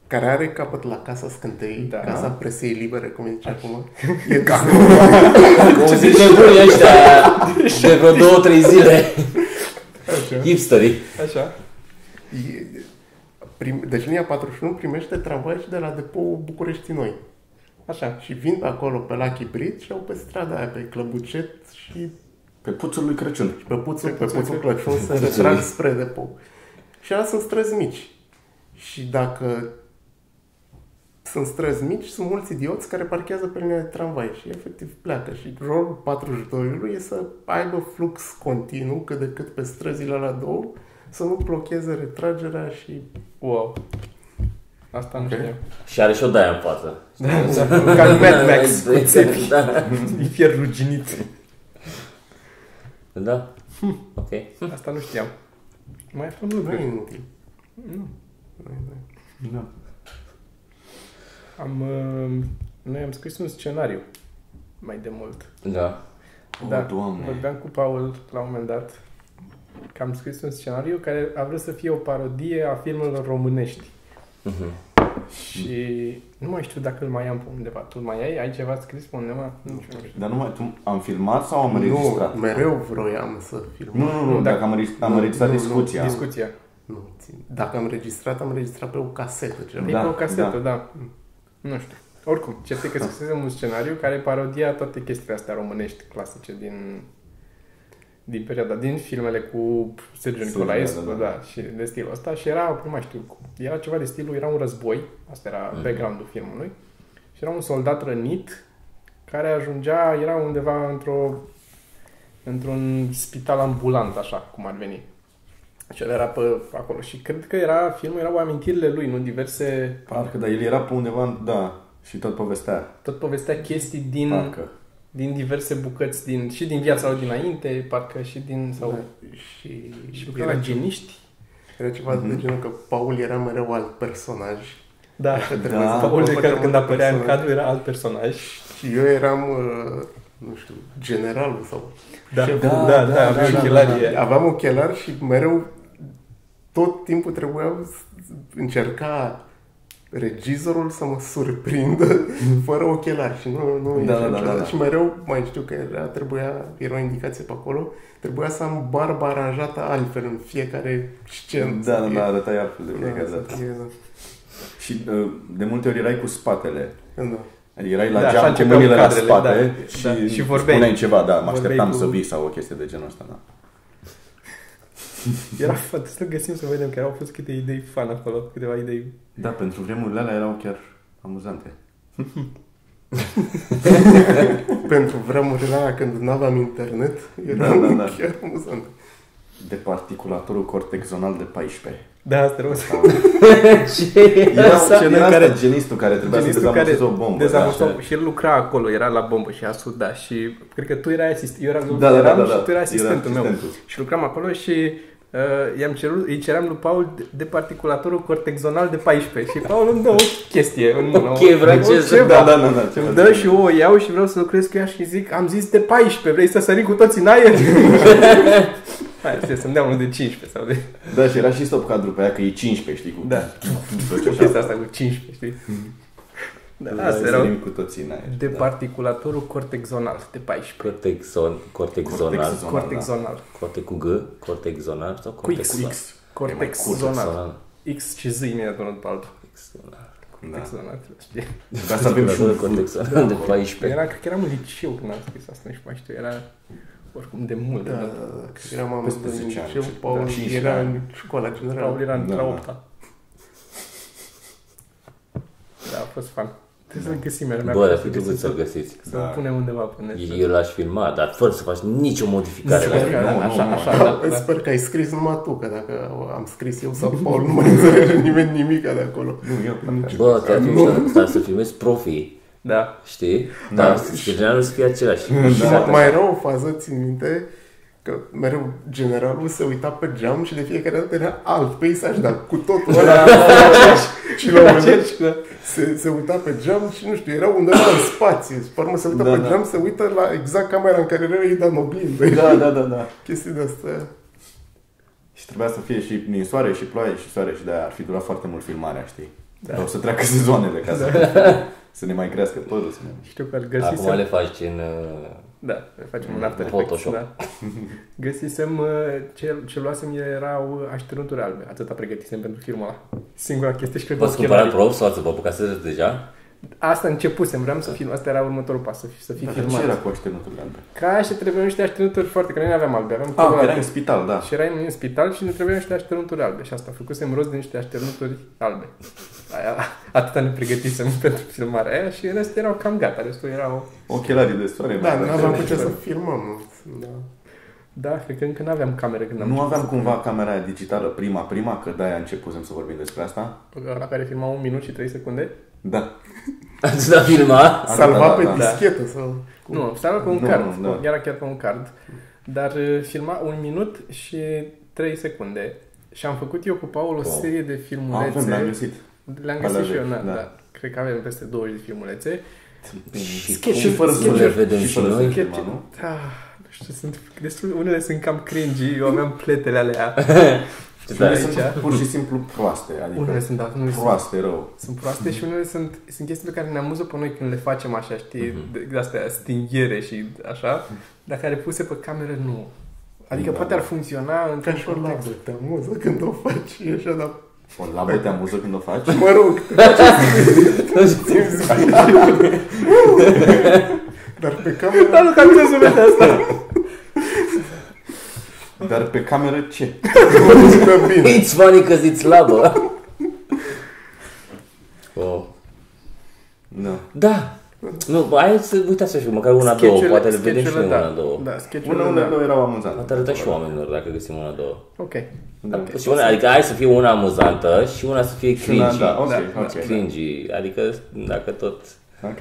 [SPEAKER 4] care are capăt la Casa Scântei,
[SPEAKER 1] Da.
[SPEAKER 4] da. Casa Presei Libere, cum zice acum, e
[SPEAKER 2] Cum zic nebunii ăștia de vreo două, trei zile. Hipsterii.
[SPEAKER 1] Așa.
[SPEAKER 4] E- prim, deci linia 41 primește tramvai și de la depou București Noi.
[SPEAKER 1] Așa.
[SPEAKER 4] Și vin pe acolo pe la Chibrit și au pe strada aia, pe Clăbucet și
[SPEAKER 3] Pe puțul lui Crăciun.
[SPEAKER 4] pe puțul, pe puțul Crăciun se retrag spre depou. Și alea sunt străzi mici. Și dacă sunt străzi mici, sunt mulți idioți care parchează pe linia de tramvai și efectiv pleacă. Și rolul 42-ului e să aibă flux continuu cât de cât pe străzile la două, să nu blocheze retragerea și
[SPEAKER 1] Wow. Asta nu
[SPEAKER 4] Ok.
[SPEAKER 1] știam.
[SPEAKER 2] Și are și o daia în față.
[SPEAKER 1] Ca în Mad Max.
[SPEAKER 2] Da.
[SPEAKER 1] E fier ruginit.
[SPEAKER 2] Da. Ok.
[SPEAKER 1] Asta nu știam. Mai aflăm
[SPEAKER 4] nu e
[SPEAKER 1] lucruri.
[SPEAKER 4] inutil.
[SPEAKER 1] Nu.
[SPEAKER 3] Da.
[SPEAKER 1] Am, uh, noi am scris un scenariu mai de mult.
[SPEAKER 2] Da.
[SPEAKER 1] Da,
[SPEAKER 3] Oh, Doamne.
[SPEAKER 1] vorbeam cu Paul la un moment dat că am scris un scenariu care a vrut să fie o parodie a filmelor românești.
[SPEAKER 3] Mhm.
[SPEAKER 1] Și nu mai știu dacă îl mai am pe undeva. Tu îl mai ai? Ai ceva scris pe undeva? Nu știu. nu știu.
[SPEAKER 3] Dar nu mai, tu, am filmat sau am
[SPEAKER 4] Nu,
[SPEAKER 3] înregistrat?
[SPEAKER 4] mereu vroiam să
[SPEAKER 3] Nu,
[SPEAKER 4] filmăm.
[SPEAKER 3] nu, nu, dacă am înregistrat, am
[SPEAKER 4] nu,
[SPEAKER 3] înregistrat
[SPEAKER 4] nu, nu,
[SPEAKER 3] discuția.
[SPEAKER 1] Discuția.
[SPEAKER 4] Nu, țin. Dacă am registrat, am registrat pe o casetă ceva.
[SPEAKER 1] Da, e
[SPEAKER 3] Da, Da.
[SPEAKER 1] pe o casetă, da. da. Nu știu. Oricum, cert e că scrisesem un scenariu care parodia toate chestiile astea românești clasice din, din perioada, din filmele cu Sergiu
[SPEAKER 3] Sergiu,
[SPEAKER 1] Nicolaescu,
[SPEAKER 3] da,
[SPEAKER 1] da,
[SPEAKER 3] da.
[SPEAKER 1] da. și de stilul ăsta. Și era, nu mai știu, cum, era ceva de stilul, era un război, asta era background-ul filmului, și era un soldat rănit care ajungea, era undeva într-o într-un spital ambulant, așa cum ar veni. Și el era pe acolo. Și cred că era, filmul erau amintirile lui, nu diverse...
[SPEAKER 3] Parcă, dar el era pe undeva, în- da, și tot povestea.
[SPEAKER 1] Tot povestea chestii din,
[SPEAKER 3] Parcă.
[SPEAKER 1] din diverse bucăți, din, și din viața lui dinainte, parcă și din... Sau, da.
[SPEAKER 4] Și,
[SPEAKER 1] Și
[SPEAKER 4] și
[SPEAKER 1] că la
[SPEAKER 4] era,
[SPEAKER 1] geniști.
[SPEAKER 4] era ceva de genul că Paul era mereu alt personaj.
[SPEAKER 1] Da,
[SPEAKER 4] trebuia să
[SPEAKER 1] Paul de
[SPEAKER 4] facă
[SPEAKER 1] care când
[SPEAKER 4] un
[SPEAKER 1] apărea în
[SPEAKER 4] personaj.
[SPEAKER 1] cadru era alt personaj.
[SPEAKER 4] Și eu eram, uh, nu știu, generalul sau...
[SPEAKER 1] Da,
[SPEAKER 4] șeful.
[SPEAKER 1] da, da, da, avea da, ochelarie. Da,
[SPEAKER 4] Aveam ochelar și mereu tot timpul trebuia să- încerca regizorul să mă surprindă fără ochelari și nu, nu
[SPEAKER 3] Da,
[SPEAKER 4] ieșea
[SPEAKER 3] da, da,
[SPEAKER 4] niciodată.
[SPEAKER 3] da.
[SPEAKER 4] și mereu mai știu că era, trebuia, era o indicație pe acolo, trebuia să am barba aranjată altfel în fiecare scenă.
[SPEAKER 3] Da, da,
[SPEAKER 4] Să fie-
[SPEAKER 3] da, arătai altfel de
[SPEAKER 4] da,
[SPEAKER 3] fiecare
[SPEAKER 4] să
[SPEAKER 3] dată.
[SPEAKER 4] fie, da,
[SPEAKER 3] exact. Și uh, de multe ori erai cu spatele.
[SPEAKER 4] da.
[SPEAKER 3] Adică erai la
[SPEAKER 1] Da, așa
[SPEAKER 3] geam cu
[SPEAKER 1] începeau
[SPEAKER 3] mâinile la
[SPEAKER 1] cadrele,
[SPEAKER 3] spate
[SPEAKER 1] da.
[SPEAKER 3] și,
[SPEAKER 1] Da, și vorbeai.
[SPEAKER 3] spuneai ceva, da, mă
[SPEAKER 1] Vorbeai
[SPEAKER 3] așteptam
[SPEAKER 1] cu-
[SPEAKER 3] să vii sau o chestie de genul ăsta, da.
[SPEAKER 1] Era fă, să găsim să vedem că au fost câte idei fan acolo, câteva idei.
[SPEAKER 3] Da, pentru vremurile alea erau chiar amuzante.
[SPEAKER 4] Pentru vremurile alea când nu aveam internet, era
[SPEAKER 3] Da, da, da.
[SPEAKER 4] chiar amuzant.
[SPEAKER 3] De particulatorul cortexonal de 14.
[SPEAKER 1] Da, asta era un
[SPEAKER 2] Ce?
[SPEAKER 3] Era
[SPEAKER 1] Asta-
[SPEAKER 3] scena
[SPEAKER 1] era Da,
[SPEAKER 3] în care
[SPEAKER 1] asta.
[SPEAKER 3] genistul care trebuia să
[SPEAKER 1] Da, Genistul
[SPEAKER 3] dezamorseze o bombă.
[SPEAKER 1] dezamorsa-
[SPEAKER 3] da, așa.
[SPEAKER 1] și el lucra acolo, era la bombă și a sudat și cred că tu erai asistent, eu eram,
[SPEAKER 3] Da, da,
[SPEAKER 1] eram
[SPEAKER 3] da, da,
[SPEAKER 1] și tu
[SPEAKER 3] da.
[SPEAKER 1] erai asistentul
[SPEAKER 3] Era
[SPEAKER 1] meu.
[SPEAKER 3] asistentul.
[SPEAKER 1] Și lucram acolo și uh, i-am cerut, îi ceream lui Paul de- de particulatorul cortexonal de 14 și Paul îmi dă o chestie în mână.
[SPEAKER 2] Ok,
[SPEAKER 1] o-
[SPEAKER 2] vreau
[SPEAKER 1] o
[SPEAKER 2] ce să-
[SPEAKER 1] ceva.
[SPEAKER 3] Da, da, da, da.
[SPEAKER 1] Îmi
[SPEAKER 3] ceva
[SPEAKER 1] dă
[SPEAKER 3] de-
[SPEAKER 1] și eu o iau și vreau să lucrez cu ea și zic, am zis de 14, vrei să sărim cu toții în aer? Hai, să să-mi dea unul de 15 sau de...
[SPEAKER 3] Da, și era și stop cadru pe aia că e 15, știi? Cu...
[SPEAKER 1] Da.
[SPEAKER 3] Tot
[SPEAKER 1] Ce chestia asta cu 15, știi? Da, asta era
[SPEAKER 3] cu toții da. în aer.
[SPEAKER 1] de particulatorul cortexonal de 14.
[SPEAKER 2] Cortexon, cortexonal,
[SPEAKER 3] Cortexonal.
[SPEAKER 1] Cortexonal.
[SPEAKER 2] corte cu G, cortexonal sau
[SPEAKER 1] Cu X.
[SPEAKER 2] cortexonal?
[SPEAKER 1] Cortexonal. X și Z imediat unul pe altul.
[SPEAKER 2] Cortexonal.
[SPEAKER 3] Da.
[SPEAKER 1] Cortexonal, trebuie să știi.
[SPEAKER 3] Ca să avem și un flut.
[SPEAKER 2] cortexonal de 14.
[SPEAKER 1] Era, cred că eram în liceu când am scris asta, nu știu, mai știu, era oricum de mult.
[SPEAKER 4] Da, da,
[SPEAKER 1] Da.
[SPEAKER 4] da. Când eram am
[SPEAKER 3] Peste
[SPEAKER 4] în
[SPEAKER 3] 10 ani,
[SPEAKER 4] liceu,
[SPEAKER 3] ce- da,
[SPEAKER 4] Paul
[SPEAKER 3] 15
[SPEAKER 4] era
[SPEAKER 3] ani.
[SPEAKER 4] în școala
[SPEAKER 1] Paul
[SPEAKER 4] generală.
[SPEAKER 1] era
[SPEAKER 3] Da,
[SPEAKER 1] da,
[SPEAKER 3] da.
[SPEAKER 1] la 8 da. da, a fost fan. Trebuie să-l găsim, era
[SPEAKER 2] Bă, dar fi trebuit să-l găsiți.
[SPEAKER 1] Să-l
[SPEAKER 3] Da.
[SPEAKER 1] punem undeva pe net.
[SPEAKER 2] Eu l-aș filma, dar fără să faci nicio modificare.
[SPEAKER 1] Nici
[SPEAKER 2] la-
[SPEAKER 1] modificare.
[SPEAKER 3] Nu, nu,
[SPEAKER 1] Așa,
[SPEAKER 3] nu.
[SPEAKER 1] așa, da.
[SPEAKER 4] Îți Sper că ai scris numai tu, că dacă am scris eu sau Paul, nu mai înțelege nimeni nimic de acolo.
[SPEAKER 3] Nu, eu parcă așa.
[SPEAKER 2] Bă, te-ar fi mișto, dar să filmezi profii,
[SPEAKER 1] Da.
[SPEAKER 2] știi? Dar generalul să fie același.
[SPEAKER 4] Și mai- mai era o fază, țin minte, că mereu generalul se uita pe geam și de fiecare dată era alt peisaj, dar cu totul ăla. și la un moment dat
[SPEAKER 1] Cerci, da.
[SPEAKER 4] se, se uita pe geam și nu știu, era undeva în spație. Pe urmă se uită
[SPEAKER 3] Da,
[SPEAKER 4] pe
[SPEAKER 3] da.
[SPEAKER 4] geam, se uită la exact camera în care era ei, dar în oglindă.
[SPEAKER 3] Da, da, da, da.
[SPEAKER 4] Chestii de astea.
[SPEAKER 3] Și trebuia să fie și ninsoare, și ploaie, și soare, și de ar fi durat foarte mult filmarea, știi? Da. Dar o să treacă sezoanele ca să,
[SPEAKER 1] Da.
[SPEAKER 3] să ne mai crească părul, să ne...
[SPEAKER 1] Știu că îl
[SPEAKER 2] Acum
[SPEAKER 1] găsisem.
[SPEAKER 2] le faci în... uh,
[SPEAKER 1] Da, facem un after
[SPEAKER 2] Photoshop.
[SPEAKER 1] Effects, da. Găsisem, uh, ce, ce luasem erau așternuturi albe. Atâta pregătisem pentru filmul ăla. Singura chestie și cred că
[SPEAKER 2] V-ați cumpărat prop sau ați vă apucat să deja?
[SPEAKER 1] Asta începusem, vreau să film, asta era următorul pas, să fi, să fi
[SPEAKER 3] Dar
[SPEAKER 1] filmat.
[SPEAKER 3] Da, ce era cu așternutul albe?
[SPEAKER 1] Ca și trebuiau niște așternuturi foarte, că noi nu aveam albe, aveam
[SPEAKER 3] Ah, că
[SPEAKER 1] albe.
[SPEAKER 3] era în spital, da.
[SPEAKER 1] Și erai în spital și ne trebuiau niște așternuturi albe și asta, făcusem rost de niște așternuturi albe. Aia, atâta ne pregătisem pentru filmarea aia și în rest erau cam gata, restul erau...
[SPEAKER 3] Ochelarii de soare.
[SPEAKER 4] Da,
[SPEAKER 3] mai
[SPEAKER 4] nu aveam
[SPEAKER 3] și
[SPEAKER 4] cu ce să
[SPEAKER 3] soare.
[SPEAKER 4] filmăm. Da.
[SPEAKER 1] Da, cred că încă nu aveam camere când am
[SPEAKER 3] Nu aveam cumva camera aia digitală prima, prima, că de-aia începusem să vorbim despre asta?
[SPEAKER 1] început. La care filmau un minut și 3 secunde.
[SPEAKER 3] Da.
[SPEAKER 2] Ați da filma?
[SPEAKER 3] Asta,
[SPEAKER 4] Salva
[SPEAKER 3] da,
[SPEAKER 4] pe
[SPEAKER 3] da.
[SPEAKER 4] dischetă sau...
[SPEAKER 1] Cum? Nu, stava pe un
[SPEAKER 3] Nu,
[SPEAKER 1] card,
[SPEAKER 3] nu,
[SPEAKER 1] nu,
[SPEAKER 3] da.
[SPEAKER 1] era chiar pe un card, dar uh, filma un minut și 3 secunde. Și am făcut eu cu Paul o
[SPEAKER 2] Wow.
[SPEAKER 1] serie de filmulețe.
[SPEAKER 3] Avem, l-am găsit.
[SPEAKER 1] Le-am găsit
[SPEAKER 3] Alea
[SPEAKER 1] și eu,
[SPEAKER 3] vechi,
[SPEAKER 1] da,
[SPEAKER 3] da.
[SPEAKER 1] da. Cred că avem peste 20 de filmulețe.
[SPEAKER 2] Și
[SPEAKER 3] Și fără
[SPEAKER 2] cum
[SPEAKER 3] să
[SPEAKER 2] le vedem
[SPEAKER 3] și
[SPEAKER 2] și
[SPEAKER 3] fără să
[SPEAKER 2] noi?
[SPEAKER 3] filmăm, nu?
[SPEAKER 1] Ah, știu, sunt destul, unele sunt cam cringy, eu aveam pletele alea.
[SPEAKER 2] Ce
[SPEAKER 3] Unele
[SPEAKER 2] tare.
[SPEAKER 1] aici.
[SPEAKER 3] sunt pur și simplu proaste,
[SPEAKER 1] Unele
[SPEAKER 3] adică
[SPEAKER 1] sunt, da, unele sunt,
[SPEAKER 3] proaste rău.
[SPEAKER 1] sunt proaste și unele sunt, sunt chestii pe care ne amuză pe noi când le facem așa, știi,
[SPEAKER 2] Mhm.
[SPEAKER 1] de, de astea stinghiere și așa, dar care puse pe cameră nu. Adică
[SPEAKER 3] Da.
[SPEAKER 1] poate ar funcționa în
[SPEAKER 4] Ca și o labă, Exact. te amuză când o faci e așa, dar...
[SPEAKER 3] O labă te amuză când o faci?
[SPEAKER 4] Mă rog, te simți bine. Dar pe cameră...
[SPEAKER 2] Da,
[SPEAKER 1] Dar nu, ca mine se vede asta.
[SPEAKER 3] Dar pe cameră ce?
[SPEAKER 4] Nu zică bine.
[SPEAKER 2] It's funny because it's labă. Oh.
[SPEAKER 3] Nu.
[SPEAKER 2] Da. Nu, hai să uitați așa, măcar una, două,
[SPEAKER 1] Sketch-urile-
[SPEAKER 2] poate le vedem și
[SPEAKER 1] sketch-urile,
[SPEAKER 2] noi
[SPEAKER 1] da.
[SPEAKER 2] una, două.
[SPEAKER 1] Da, sketch-urile,
[SPEAKER 3] Unele unele
[SPEAKER 1] da.
[SPEAKER 3] două erau amuzante.
[SPEAKER 2] Poate arătăm și oamenilor dacă găsim una, două.
[SPEAKER 1] Ok.
[SPEAKER 3] Da.
[SPEAKER 2] Și una, adică hai să fie una amuzantă și una să fie
[SPEAKER 3] Una,
[SPEAKER 2] cringy.
[SPEAKER 3] da, ok,
[SPEAKER 1] Da,
[SPEAKER 3] ok. da.
[SPEAKER 2] Cringy, adică dacă tot...
[SPEAKER 3] Ok.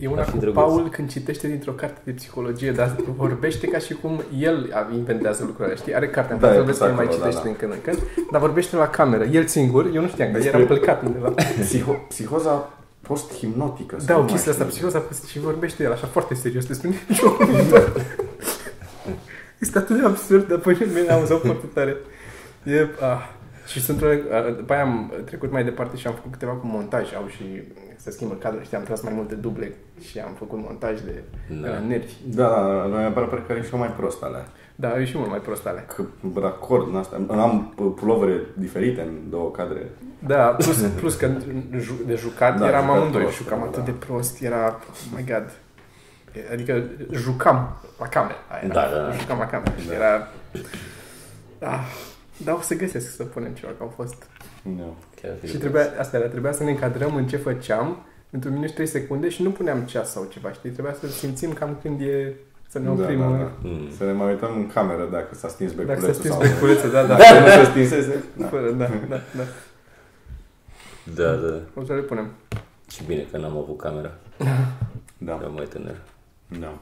[SPEAKER 1] E una
[SPEAKER 2] Ar fi
[SPEAKER 1] cu
[SPEAKER 2] drăguț.
[SPEAKER 1] Paul când citește dintr-o carte de psihologie, dar vorbește ca și cum el inventează lucrurile, știi? Are cartea în
[SPEAKER 3] Da,
[SPEAKER 1] față,
[SPEAKER 3] e
[SPEAKER 1] vezi că
[SPEAKER 3] tot
[SPEAKER 1] mai
[SPEAKER 3] acolo, da,
[SPEAKER 1] citește
[SPEAKER 3] da.
[SPEAKER 1] din când în când, dar vorbește la cameră, el singur, eu nu știam că
[SPEAKER 3] Despre-
[SPEAKER 1] era plecat undeva.
[SPEAKER 3] Psiho- psihoza post-hipnotică.
[SPEAKER 1] Da,
[SPEAKER 3] sau
[SPEAKER 1] o
[SPEAKER 3] cum
[SPEAKER 1] chestie
[SPEAKER 3] mai
[SPEAKER 1] asta,
[SPEAKER 3] știu.
[SPEAKER 1] psihoza, și vorbește el așa foarte serios despre niciun viitor. Este atât de absurd, dar pe mine mi-a amuzat foarte tare. E, ah. Și sunt unele, ah, după aia am trecut mai departe și am făcut câteva cu montaj, au și se schimbă cadrul, știi, am tras mai multe duble și am făcut montaj de, de la nervi.
[SPEAKER 3] Da, da, da, mi apare că e și eu mai prost alea.
[SPEAKER 1] Da, e și mult mai prost alea.
[SPEAKER 3] Că racord în asta. Am pulovere diferite în două cadre.
[SPEAKER 1] Da, plus, plus că ju- de jucat da,
[SPEAKER 3] Da,
[SPEAKER 1] eram
[SPEAKER 3] jucat
[SPEAKER 1] amândoi,
[SPEAKER 3] prost,
[SPEAKER 1] jucam
[SPEAKER 3] da,
[SPEAKER 1] atât
[SPEAKER 3] da.
[SPEAKER 1] de prost, era, oh my god. Adică jucam la cameră, aia era.
[SPEAKER 2] Da, da, da.
[SPEAKER 1] jucam la cameră și
[SPEAKER 3] Da.
[SPEAKER 1] era... Da, dar o să găsesc să punem ceva, că au fost.
[SPEAKER 3] Nu.
[SPEAKER 2] Chiar ar fi
[SPEAKER 1] Și
[SPEAKER 2] drăguț.
[SPEAKER 1] trebuia, asta era, trebuia să ne încadrăm în ce făceam, într-un minut și 3 secunde și nu puneam ceas sau ceva, știi? Trebuia să simțim cam când e să ne oprim.
[SPEAKER 3] Da, da, da.
[SPEAKER 2] Mm.
[SPEAKER 3] Să ne mai uităm în cameră dacă s-a stins
[SPEAKER 1] Dacă să
[SPEAKER 3] beculețul
[SPEAKER 1] stins
[SPEAKER 3] sau...
[SPEAKER 1] beculețul, da, da.
[SPEAKER 3] Dacă nu se stinsese... Da.
[SPEAKER 1] Fără, da, da, da.
[SPEAKER 2] Da, da.
[SPEAKER 1] O să le punem.
[SPEAKER 2] Și bine că n-am avut camera.
[SPEAKER 3] Da.
[SPEAKER 2] Eram mai tânăr.
[SPEAKER 3] Da.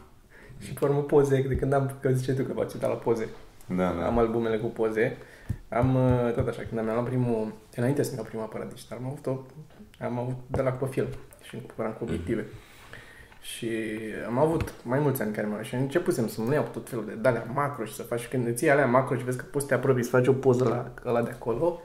[SPEAKER 1] Și formă poze, de când am, că ziceai tu că v-ați uitat la poze.
[SPEAKER 3] Da, da.
[SPEAKER 1] Am albumele cu poze. Am uh, tot așa, când am luat primul, înainte să-mi iau prima aparat digital, am avut, o, am avut de la Copil și eram cu obiective. Și am avut mai mulți ani care m-au și începusem să mă iau tot felul de dale macro și să faci și când îți iei alea macro și vezi că poți să te apropii să faci o poză la ăla de acolo,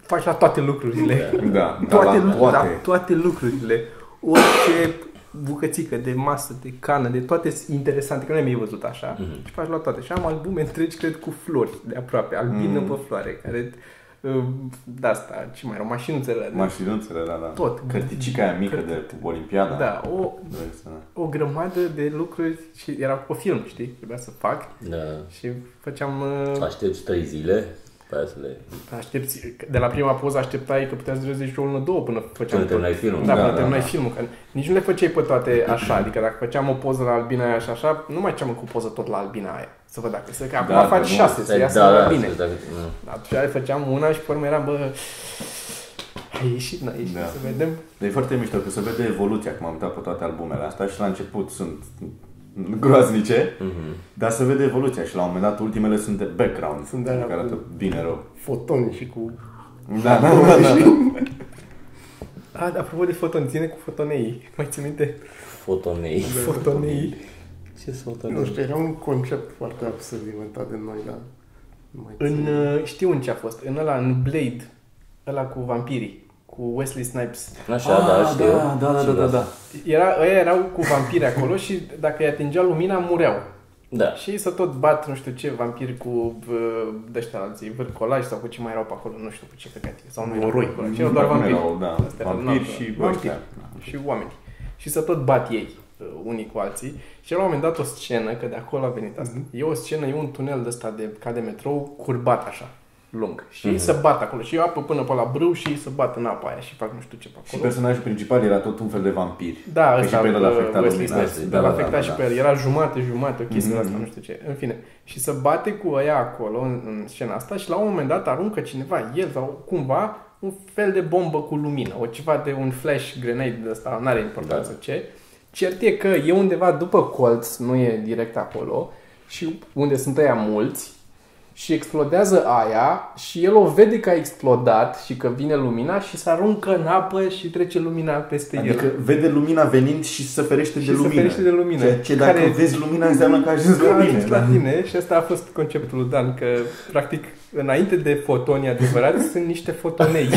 [SPEAKER 1] faci la toate lucrurile.
[SPEAKER 3] Da, da,
[SPEAKER 1] toate,
[SPEAKER 3] la
[SPEAKER 1] da, toate. Da,
[SPEAKER 3] toate.
[SPEAKER 1] toate lucrurile. Orice bucățică de masă, de cană, de toate sunt interesante, că nu mi-ai văzut așa.
[SPEAKER 3] Mhm.
[SPEAKER 1] Mm-hmm. Și faci la toate. Și am albume întregi, cred, cu flori de aproape, albină mm-hmm.
[SPEAKER 3] Mhm.
[SPEAKER 1] pe floare, care... uh, De asta, ce mai erau, mașinuțele alea.
[SPEAKER 3] Mașinuțele, da, da.
[SPEAKER 1] Tot.
[SPEAKER 3] Cărticica aia mică de Olimpiada.
[SPEAKER 1] da, o,
[SPEAKER 3] Vrei să-
[SPEAKER 1] o grămadă de lucruri și era pe film, știi? Trebuia să fac
[SPEAKER 2] Da.
[SPEAKER 1] și făceam... uh,
[SPEAKER 2] Aștepți trei zile, pe aia să le...
[SPEAKER 1] Aștepți, de la prima poză așteptai că puteai să dureze și o lună, două până făceam
[SPEAKER 2] Până terminai filmul.
[SPEAKER 1] Da,
[SPEAKER 3] Da,
[SPEAKER 1] până
[SPEAKER 3] da,
[SPEAKER 1] terminai
[SPEAKER 3] da.
[SPEAKER 1] filmul. Că nici nu le făceai pe toate așa. Adică dacă făceam o poză la albina aia și așa, nu mai făceam cu poză tot la albina aia. Să văd dacă se... Că acum
[SPEAKER 3] da,
[SPEAKER 1] faci
[SPEAKER 3] nu,
[SPEAKER 1] șase, să iasă
[SPEAKER 2] da,
[SPEAKER 1] la
[SPEAKER 2] da,
[SPEAKER 1] bine.
[SPEAKER 2] să- Dacă, nu.
[SPEAKER 1] Atunci le făceam una și pe urmă eram, bă... A ieșit, n-a ieșit,
[SPEAKER 3] Da.
[SPEAKER 1] să vedem.
[SPEAKER 3] Dar e foarte mișto că se vede evoluția, cum am uitat pe toate albumele astea și la început sunt groaznice, mm-hmm. dar se vede evoluția și la un moment dat ultimele sunt de background,
[SPEAKER 4] Sunt
[SPEAKER 3] sunt
[SPEAKER 4] de
[SPEAKER 3] de
[SPEAKER 4] alea
[SPEAKER 3] care
[SPEAKER 4] cu-
[SPEAKER 3] arată bine rău.
[SPEAKER 4] Fotoni și cu...
[SPEAKER 3] Da, da, da, da.
[SPEAKER 1] A, apropo de foton, ține cu fotonei. Mai ții minte?
[SPEAKER 2] Da, Fotonei.
[SPEAKER 1] Da. Fotonei.
[SPEAKER 2] Ce sunt
[SPEAKER 4] Nu
[SPEAKER 2] fotonei?
[SPEAKER 4] știu, era un concept foarte absurd inventat de noi, dar... nu mai
[SPEAKER 1] În,
[SPEAKER 4] țin.
[SPEAKER 1] uh, știu în ce a fost. În ăla, în Blade. Ăla cu vampirii. Cu Wesley Snipes.
[SPEAKER 2] Așa, da,
[SPEAKER 1] Ah,
[SPEAKER 2] știu.
[SPEAKER 3] da, da, da,
[SPEAKER 2] Știu,
[SPEAKER 3] da, da.
[SPEAKER 1] Era, ăia erau cu vampiri acolo și dacă îi atingea lumina, mureau.
[SPEAKER 2] Da.
[SPEAKER 1] Și să tot bat nu știu ce vampiri cu bă, de ăștia alții, vârcolaj sau cu ce mai erau pe acolo, nu știu cu ce căcate, sau nu oroi cu ăla, ce erau doar
[SPEAKER 3] Acum
[SPEAKER 1] vampiri
[SPEAKER 3] erau, Da,
[SPEAKER 1] Astea erau
[SPEAKER 3] vampiri
[SPEAKER 1] natura.
[SPEAKER 3] și
[SPEAKER 1] Vampiri.
[SPEAKER 3] ăștia.
[SPEAKER 1] și oameni. Și să tot bat ei uh, unii cu alții. Și la un moment dat o scenă, că de acolo a venit asta, mm-hmm. e o scenă, e un tunel de ăsta de, ca de metrou curbat așa, lung. Și mm-hmm. să bat acolo. Și eu apă până pe la brâu și să bat în apa aia și fac nu știu ce pe
[SPEAKER 3] Și
[SPEAKER 1] acolo.
[SPEAKER 3] personajul principal era tot un fel de vampir.
[SPEAKER 1] Da,
[SPEAKER 3] Că
[SPEAKER 1] ăsta,
[SPEAKER 3] Păi și pe el l-a
[SPEAKER 1] bă,
[SPEAKER 3] afectat
[SPEAKER 1] Wesley
[SPEAKER 3] lumina.
[SPEAKER 1] Snipes,
[SPEAKER 3] Da,
[SPEAKER 1] l-a
[SPEAKER 3] da,
[SPEAKER 1] afectat
[SPEAKER 3] da, da,
[SPEAKER 1] și
[SPEAKER 3] da.
[SPEAKER 1] pe el. Era jumate, jumate, o chestie
[SPEAKER 3] Mhm,
[SPEAKER 1] mm-hmm. asta, nu știu ce. În fine. Și să bate cu ea acolo, în, în scena asta, și la un moment dat aruncă cineva, el sau cumva, un fel de bombă cu lumină, o ceva de un flash grenade de asta, nu are importanță da. ce. Cert e că e undeva după colț, nu e direct acolo, și unde sunt ăia mulți, și explodează aia și el o vede că a explodat și că vine lumina și se aruncă în apă și trece lumina peste
[SPEAKER 3] Adică
[SPEAKER 1] el.
[SPEAKER 3] vede lumina venind și se ferește de
[SPEAKER 1] se
[SPEAKER 3] lumină.
[SPEAKER 1] ferește de lumină.
[SPEAKER 3] Ceea ce dacă
[SPEAKER 1] Care- Exact.
[SPEAKER 3] vezi lumina înseamnă că ai ajuns la
[SPEAKER 1] Ajuns
[SPEAKER 3] mine.
[SPEAKER 1] la
[SPEAKER 3] da.
[SPEAKER 1] tine și asta a fost conceptul lui Dan, că practic înainte de fotoni adevărați sunt niște fotonei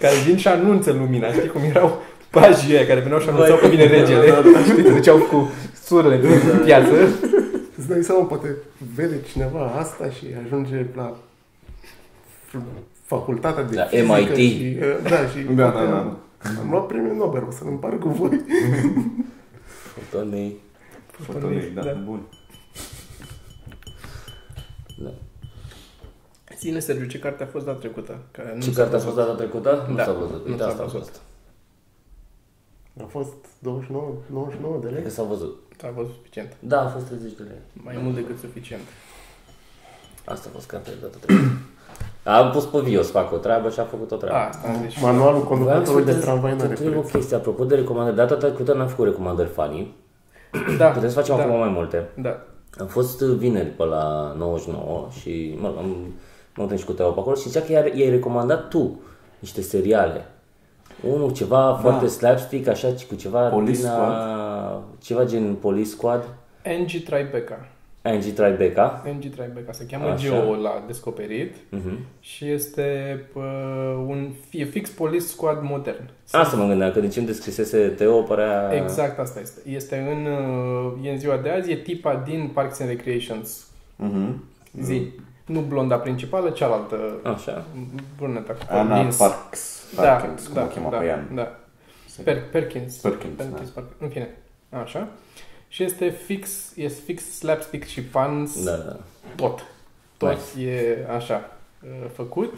[SPEAKER 1] care vin și anunță lumina. Știi cum erau pajii aia care veneau și anunțau că
[SPEAKER 3] da,
[SPEAKER 1] vine regele. Știi, treceau cu surle prin piață.
[SPEAKER 4] Îți dai seama, poate vede cineva asta și ajunge la f- facultatea de
[SPEAKER 2] La
[SPEAKER 4] fizică
[SPEAKER 2] MIT.
[SPEAKER 4] Și, uh, da, și
[SPEAKER 3] Da,
[SPEAKER 4] poate
[SPEAKER 3] da, da.
[SPEAKER 4] am- Am luat premiul Nobel, o să-l împar cu voi.
[SPEAKER 2] Fotonei.
[SPEAKER 3] Fotonei, da,
[SPEAKER 1] Da.
[SPEAKER 3] bun.
[SPEAKER 2] Da.
[SPEAKER 1] Ține, Sergiu, ce carte a fost data trecută? Care nu
[SPEAKER 2] Ce
[SPEAKER 1] s-a
[SPEAKER 2] carte a
[SPEAKER 1] văzut.
[SPEAKER 2] fost data trecută? Nu
[SPEAKER 1] Da.
[SPEAKER 2] s-a văzut.
[SPEAKER 1] Nu
[SPEAKER 2] Uite,
[SPEAKER 1] s-a
[SPEAKER 2] asta a
[SPEAKER 1] văzut.
[SPEAKER 2] fost.
[SPEAKER 4] A fost 29, 99 de
[SPEAKER 2] Cred că
[SPEAKER 4] lei.
[SPEAKER 2] s-a văzut.
[SPEAKER 1] S-a văzut suficient.
[SPEAKER 2] Da, a fost 30 de lei.
[SPEAKER 1] Mai mult decât suficient.
[SPEAKER 2] Asta a fost cartea de data trecută. Am pus pe Vio să fac o treabă și a făcut o treabă.
[SPEAKER 1] Asta, deci...
[SPEAKER 4] Manualul
[SPEAKER 2] Vreau să
[SPEAKER 4] conducătorului de
[SPEAKER 2] puteți-
[SPEAKER 4] tramvai nu
[SPEAKER 2] să
[SPEAKER 4] are
[SPEAKER 2] întreb o
[SPEAKER 4] preț.
[SPEAKER 2] chestie, apropo de recomandări. Data trecută n-am făcut recomandări funny.
[SPEAKER 1] Da,
[SPEAKER 2] Putem să facem
[SPEAKER 1] da,
[SPEAKER 2] acum mai multe.
[SPEAKER 1] Da.
[SPEAKER 2] Am fost vineri pe la 99 și mă rog, am, m-am întâlnit și cu Teo pe acolo și zicea că i-ai, i-ai recomandat tu niște seriale. Unul ceva foarte slapstick, așa, cu ceva
[SPEAKER 3] Police
[SPEAKER 2] ceva gen Police Squad,
[SPEAKER 1] Angie Tribeca.
[SPEAKER 2] Angie Tribeca.
[SPEAKER 1] Angie Tribeca se cheamă
[SPEAKER 2] Așa.
[SPEAKER 1] Geo la descoperit
[SPEAKER 2] Mhm.
[SPEAKER 1] și este pă, un e fix police squad modern.
[SPEAKER 2] Asta mă gândeam, că de ce îmi descrisese Teo, părea...
[SPEAKER 1] Exact asta este. Este în, uh, e în ziua de azi, e tipa din Parks and Recreations.
[SPEAKER 3] Mhm.
[SPEAKER 1] Zi.
[SPEAKER 2] Mm.
[SPEAKER 1] Nu blonda principală, cealaltă
[SPEAKER 2] Așa.
[SPEAKER 1] brunetă. cu
[SPEAKER 3] Ana
[SPEAKER 1] dinți.
[SPEAKER 3] Parks, Parkins, cum o chema
[SPEAKER 1] da,
[SPEAKER 3] pe ea. în-
[SPEAKER 1] da. Per- Perkins.
[SPEAKER 3] Perkins, da.
[SPEAKER 1] Perkins, Park- În fine. Așa. Și este fix, e fix slapstick și puns.
[SPEAKER 2] Da, da.
[SPEAKER 1] tot. Tot e așa uh, făcut.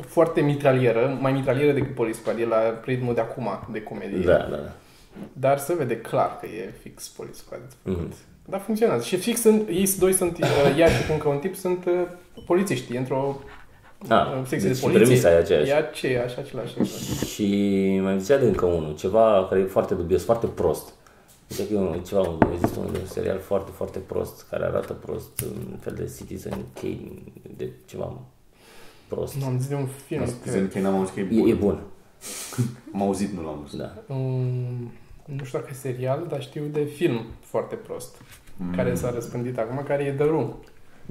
[SPEAKER 1] Foarte mitralieră, mai mitralieră decât Police Squad, e la ritmul de acum de comedie.
[SPEAKER 2] Da, da, da.
[SPEAKER 1] Dar se vede clar că e fix Police Squad.
[SPEAKER 2] Mhm.
[SPEAKER 1] Dar funcționează. Și fix sunt, ei doi sunt, uh, ea și cu încă un tip sunt uh, polițiști, e într-o
[SPEAKER 2] Ah,
[SPEAKER 1] uh,
[SPEAKER 2] deci
[SPEAKER 1] secție de poliție.
[SPEAKER 2] premisa e aceeași.
[SPEAKER 1] E aceeași, același.
[SPEAKER 2] Și mai zicea de încă unul, ceva care e foarte dubios, foarte prost. Zice că e un, ceva, un, există un serial foarte, foarte prost, care arată prost, un fel de Citizen Kane, de ceva prost.
[SPEAKER 1] Nu am zis de un film.
[SPEAKER 3] Citizen
[SPEAKER 1] cred.
[SPEAKER 3] Kane am auzit că e
[SPEAKER 2] E, e
[SPEAKER 3] bun.
[SPEAKER 2] bun,
[SPEAKER 3] M-am auzit, nu l-am auzit.
[SPEAKER 2] da.
[SPEAKER 1] Um, nu știu dacă e serial, dar știu de film foarte prost,
[SPEAKER 3] Mm.
[SPEAKER 1] care s-a răspândit acum, care e The Room.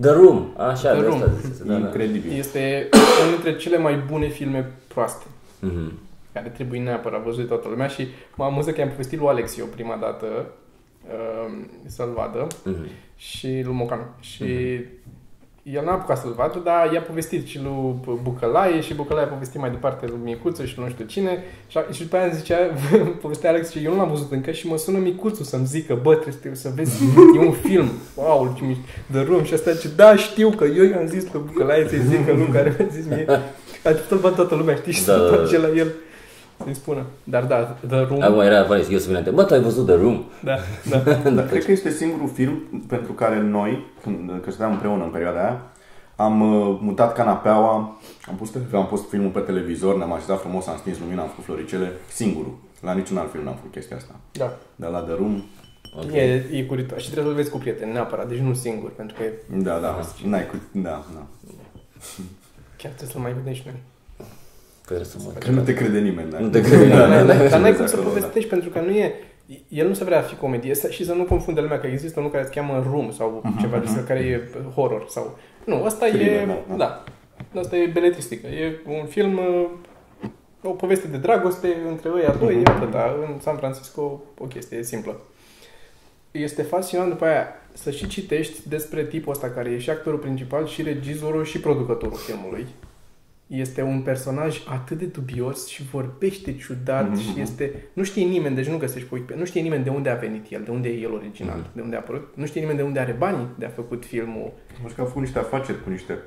[SPEAKER 2] The Room, așa,
[SPEAKER 1] The
[SPEAKER 2] de
[SPEAKER 1] Room.
[SPEAKER 2] asta zisese, da, da.
[SPEAKER 3] Incredibil.
[SPEAKER 1] Este unul dintre cele mai bune filme proaste,
[SPEAKER 2] Mhm.
[SPEAKER 1] care trebuie neapărat văzut de toată lumea și mă amuză că am povestit lui Alex eu prima dată uh, să-l vadă
[SPEAKER 2] Mhm.
[SPEAKER 1] și lui Mocan. Și el n-a apucat să-l vadă, dar i-a povestit și lui Bucălaie și Bucălaie a povestit mai departe lui Micuțu și lui nu știu cine. Și, a- și după aia îmi zicea, povestea Alex și eu nu l-am văzut încă și mă sună Micuțu să-mi zică, bă, trebuie să vezi, e un film, wow, ce miș- The Room și asta zice, da, știu că eu i-am zis lui Bucălaie să-i zică lui care mi-a zis mie. A tot toată lumea, știi, și
[SPEAKER 2] Da, da,
[SPEAKER 1] să
[SPEAKER 2] da.
[SPEAKER 1] se duce la el să-i spună. Dar da, The Room,
[SPEAKER 2] Acum era Valis, eu să vină Bă, tu ai văzut The Room?
[SPEAKER 1] da, da.
[SPEAKER 3] Dar cred că este singurul film pentru care noi, când că stăteam împreună în perioada aia, am uh, mutat canapeaua, am pus, TV, am pus filmul pe televizor, ne-am așezat frumos, am stins lumina, am făcut floricele, singurul. La niciun alt film n-am făcut chestia asta.
[SPEAKER 1] da.
[SPEAKER 3] Dar la The Room,
[SPEAKER 2] Ok.
[SPEAKER 1] E, e curios. Și trebuie să-l vezi cu prieteni, neapărat, deci nu singur, pentru că e
[SPEAKER 3] da, da, n-ai cu... Da, da.
[SPEAKER 1] Chiar trebuie să-l mai vedești, man.
[SPEAKER 2] Că să mă...
[SPEAKER 3] Că nu te crede nimeni, da?
[SPEAKER 2] Nu te crede nimeni.
[SPEAKER 3] Da, da, da.
[SPEAKER 1] Dar n-ai cum
[SPEAKER 3] Vezi
[SPEAKER 1] să
[SPEAKER 3] acolo, da.
[SPEAKER 1] povestești, pentru că nu e... El nu se vrea a fi comedie să- și să nu confunde lumea că există unul care se cheamă Room sau ceva de asta care e horror sau... Nu, asta e...
[SPEAKER 3] Mhm, Thriller, da,
[SPEAKER 1] Da. Asta e beletristică. E un film... uh, O poveste de dragoste între ei doi,
[SPEAKER 3] Mhm.
[SPEAKER 1] e atâta. În San Francisco o chestie simplă. Este fascinant după aia să și citești despre tipul ăsta care e și actorul principal și regizorul și producătorul filmului. este un personaj atât de dubios și vorbește ciudat
[SPEAKER 3] Mhm.
[SPEAKER 1] mm-hmm. și este... Nu știe nimeni, deci nu găsești pe Wikipedia, nu știe nimeni de unde a venit el, de unde e el original,
[SPEAKER 3] Mhm.
[SPEAKER 1] mm-hmm. de unde a apărut, nu știe nimeni de unde are banii de a făcut filmul.
[SPEAKER 3] Nu știu că au făcut niște afaceri cu niște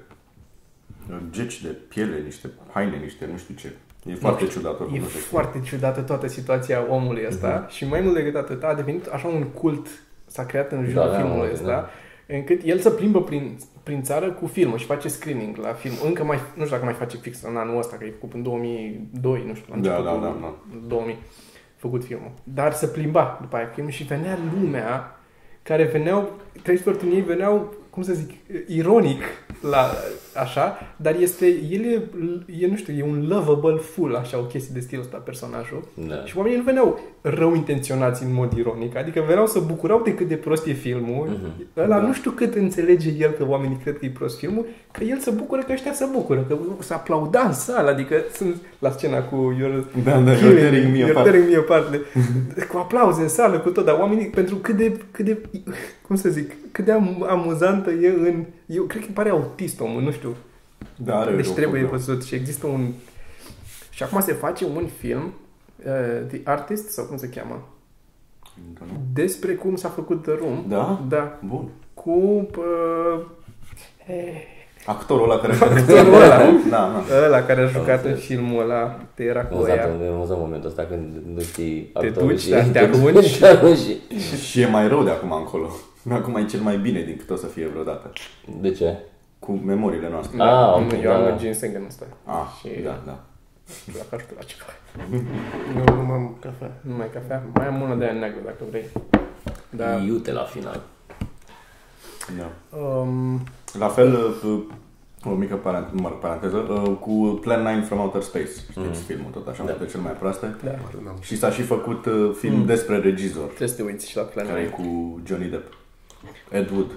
[SPEAKER 3] uh, geci de piele, niște haine, niște nu știu ce. E foarte ciudat. oricum,
[SPEAKER 1] E
[SPEAKER 3] nu știu.
[SPEAKER 1] foarte ciudată toată situația omului ăsta mm-hmm.
[SPEAKER 3] Mhm.
[SPEAKER 1] și mai mult decât atât a devenit așa un cult, s-a creat în jurul
[SPEAKER 2] Da, da,
[SPEAKER 1] filmului
[SPEAKER 2] da.
[SPEAKER 1] ăsta, încât el se plimbă prin, prin țară cu filmul și face screening la film. Încă mai, nu știu dacă mai face fix în anul ăsta, că e făcut în 2002, nu știu, la
[SPEAKER 3] Da,
[SPEAKER 1] începutul
[SPEAKER 3] da, da, da.
[SPEAKER 1] 2000, făcut filmul. Dar se plimba după aia filmul și venea lumea care veneau, creștori din ei veneau, cum să zic, ironic la așa, dar este, el e, e, nu știu, e un lovable full, așa, o chestie de stilul ăsta, personajul.
[SPEAKER 2] Da.
[SPEAKER 1] Și oamenii nu veneau rău intenționați în mod ironic, adică veneau să bucurau de cât de prost e filmul.
[SPEAKER 2] Mhm.
[SPEAKER 1] Ăla
[SPEAKER 2] Da.
[SPEAKER 1] nu știu cât înțelege el că oamenii cred că e prost filmul, că el se bucură că ăștia se bucură, că se aplauda în sală, adică sunt la scena cu You're
[SPEAKER 3] Da, da,
[SPEAKER 1] killing
[SPEAKER 3] you're tearing me
[SPEAKER 1] you're
[SPEAKER 3] apart.
[SPEAKER 1] tearing me apart. le- cu aplauze în sală, cu tot, dar oamenii, pentru cât de, cât de cum să zic, cât de am, amuzantă e în... Eu cred că îmi pare autist omul, nu știu.
[SPEAKER 3] Da, are
[SPEAKER 1] Deci
[SPEAKER 3] o
[SPEAKER 1] trebuie
[SPEAKER 3] problemă.
[SPEAKER 1] văzut și există un... Și acum se face un film, uh, The Artist, sau cum se cheamă,
[SPEAKER 3] Încă nu.
[SPEAKER 1] despre cum s-a făcut The Room.
[SPEAKER 3] Da?
[SPEAKER 1] Da.
[SPEAKER 3] Bun.
[SPEAKER 1] Cu... Uh,
[SPEAKER 3] Actorul ăla care...
[SPEAKER 1] Actorul ăla.
[SPEAKER 3] Da, da.
[SPEAKER 1] ăla care a jucat în
[SPEAKER 2] înțeles. Exact.
[SPEAKER 1] filmul ăla, te era cu
[SPEAKER 2] Amuzant,
[SPEAKER 1] aia.
[SPEAKER 2] e amuzant momentul ăsta când nu știi
[SPEAKER 1] Te
[SPEAKER 2] actorul
[SPEAKER 1] duci,
[SPEAKER 2] și-
[SPEAKER 1] da, te arunci.
[SPEAKER 2] te arunci.
[SPEAKER 3] Și e mai rău de acum încolo. Acum e cel mai bine din cât o să fie vreodată.
[SPEAKER 2] De ce?
[SPEAKER 3] Cu memoriile noastre.
[SPEAKER 2] Ah,
[SPEAKER 1] nu,
[SPEAKER 2] ok,
[SPEAKER 1] Mm, eu am
[SPEAKER 2] da.
[SPEAKER 1] un ginseng în ăsta.
[SPEAKER 3] Ah,
[SPEAKER 1] Și-
[SPEAKER 3] da, da.
[SPEAKER 1] La ajută la ceva.
[SPEAKER 4] Eu nu m-am cafea.
[SPEAKER 1] Nu mai cafea. Mai am una de aia neagră, dacă vrei. Da.
[SPEAKER 2] Iute la final.
[SPEAKER 3] da.
[SPEAKER 1] Um,
[SPEAKER 3] La fel, uh, o mică parant- mă rog, paranteză, uh, cu Plan 9 from Outer Space, știți filmul tot așa, da. de cel mai proaste.
[SPEAKER 1] da.
[SPEAKER 4] N-am.
[SPEAKER 3] Și s-a și făcut uh, film despre regizor,
[SPEAKER 1] Trebuie să te uiți și la Plan
[SPEAKER 3] care e
[SPEAKER 1] 9.
[SPEAKER 3] cu Johnny Depp. Ed Wood.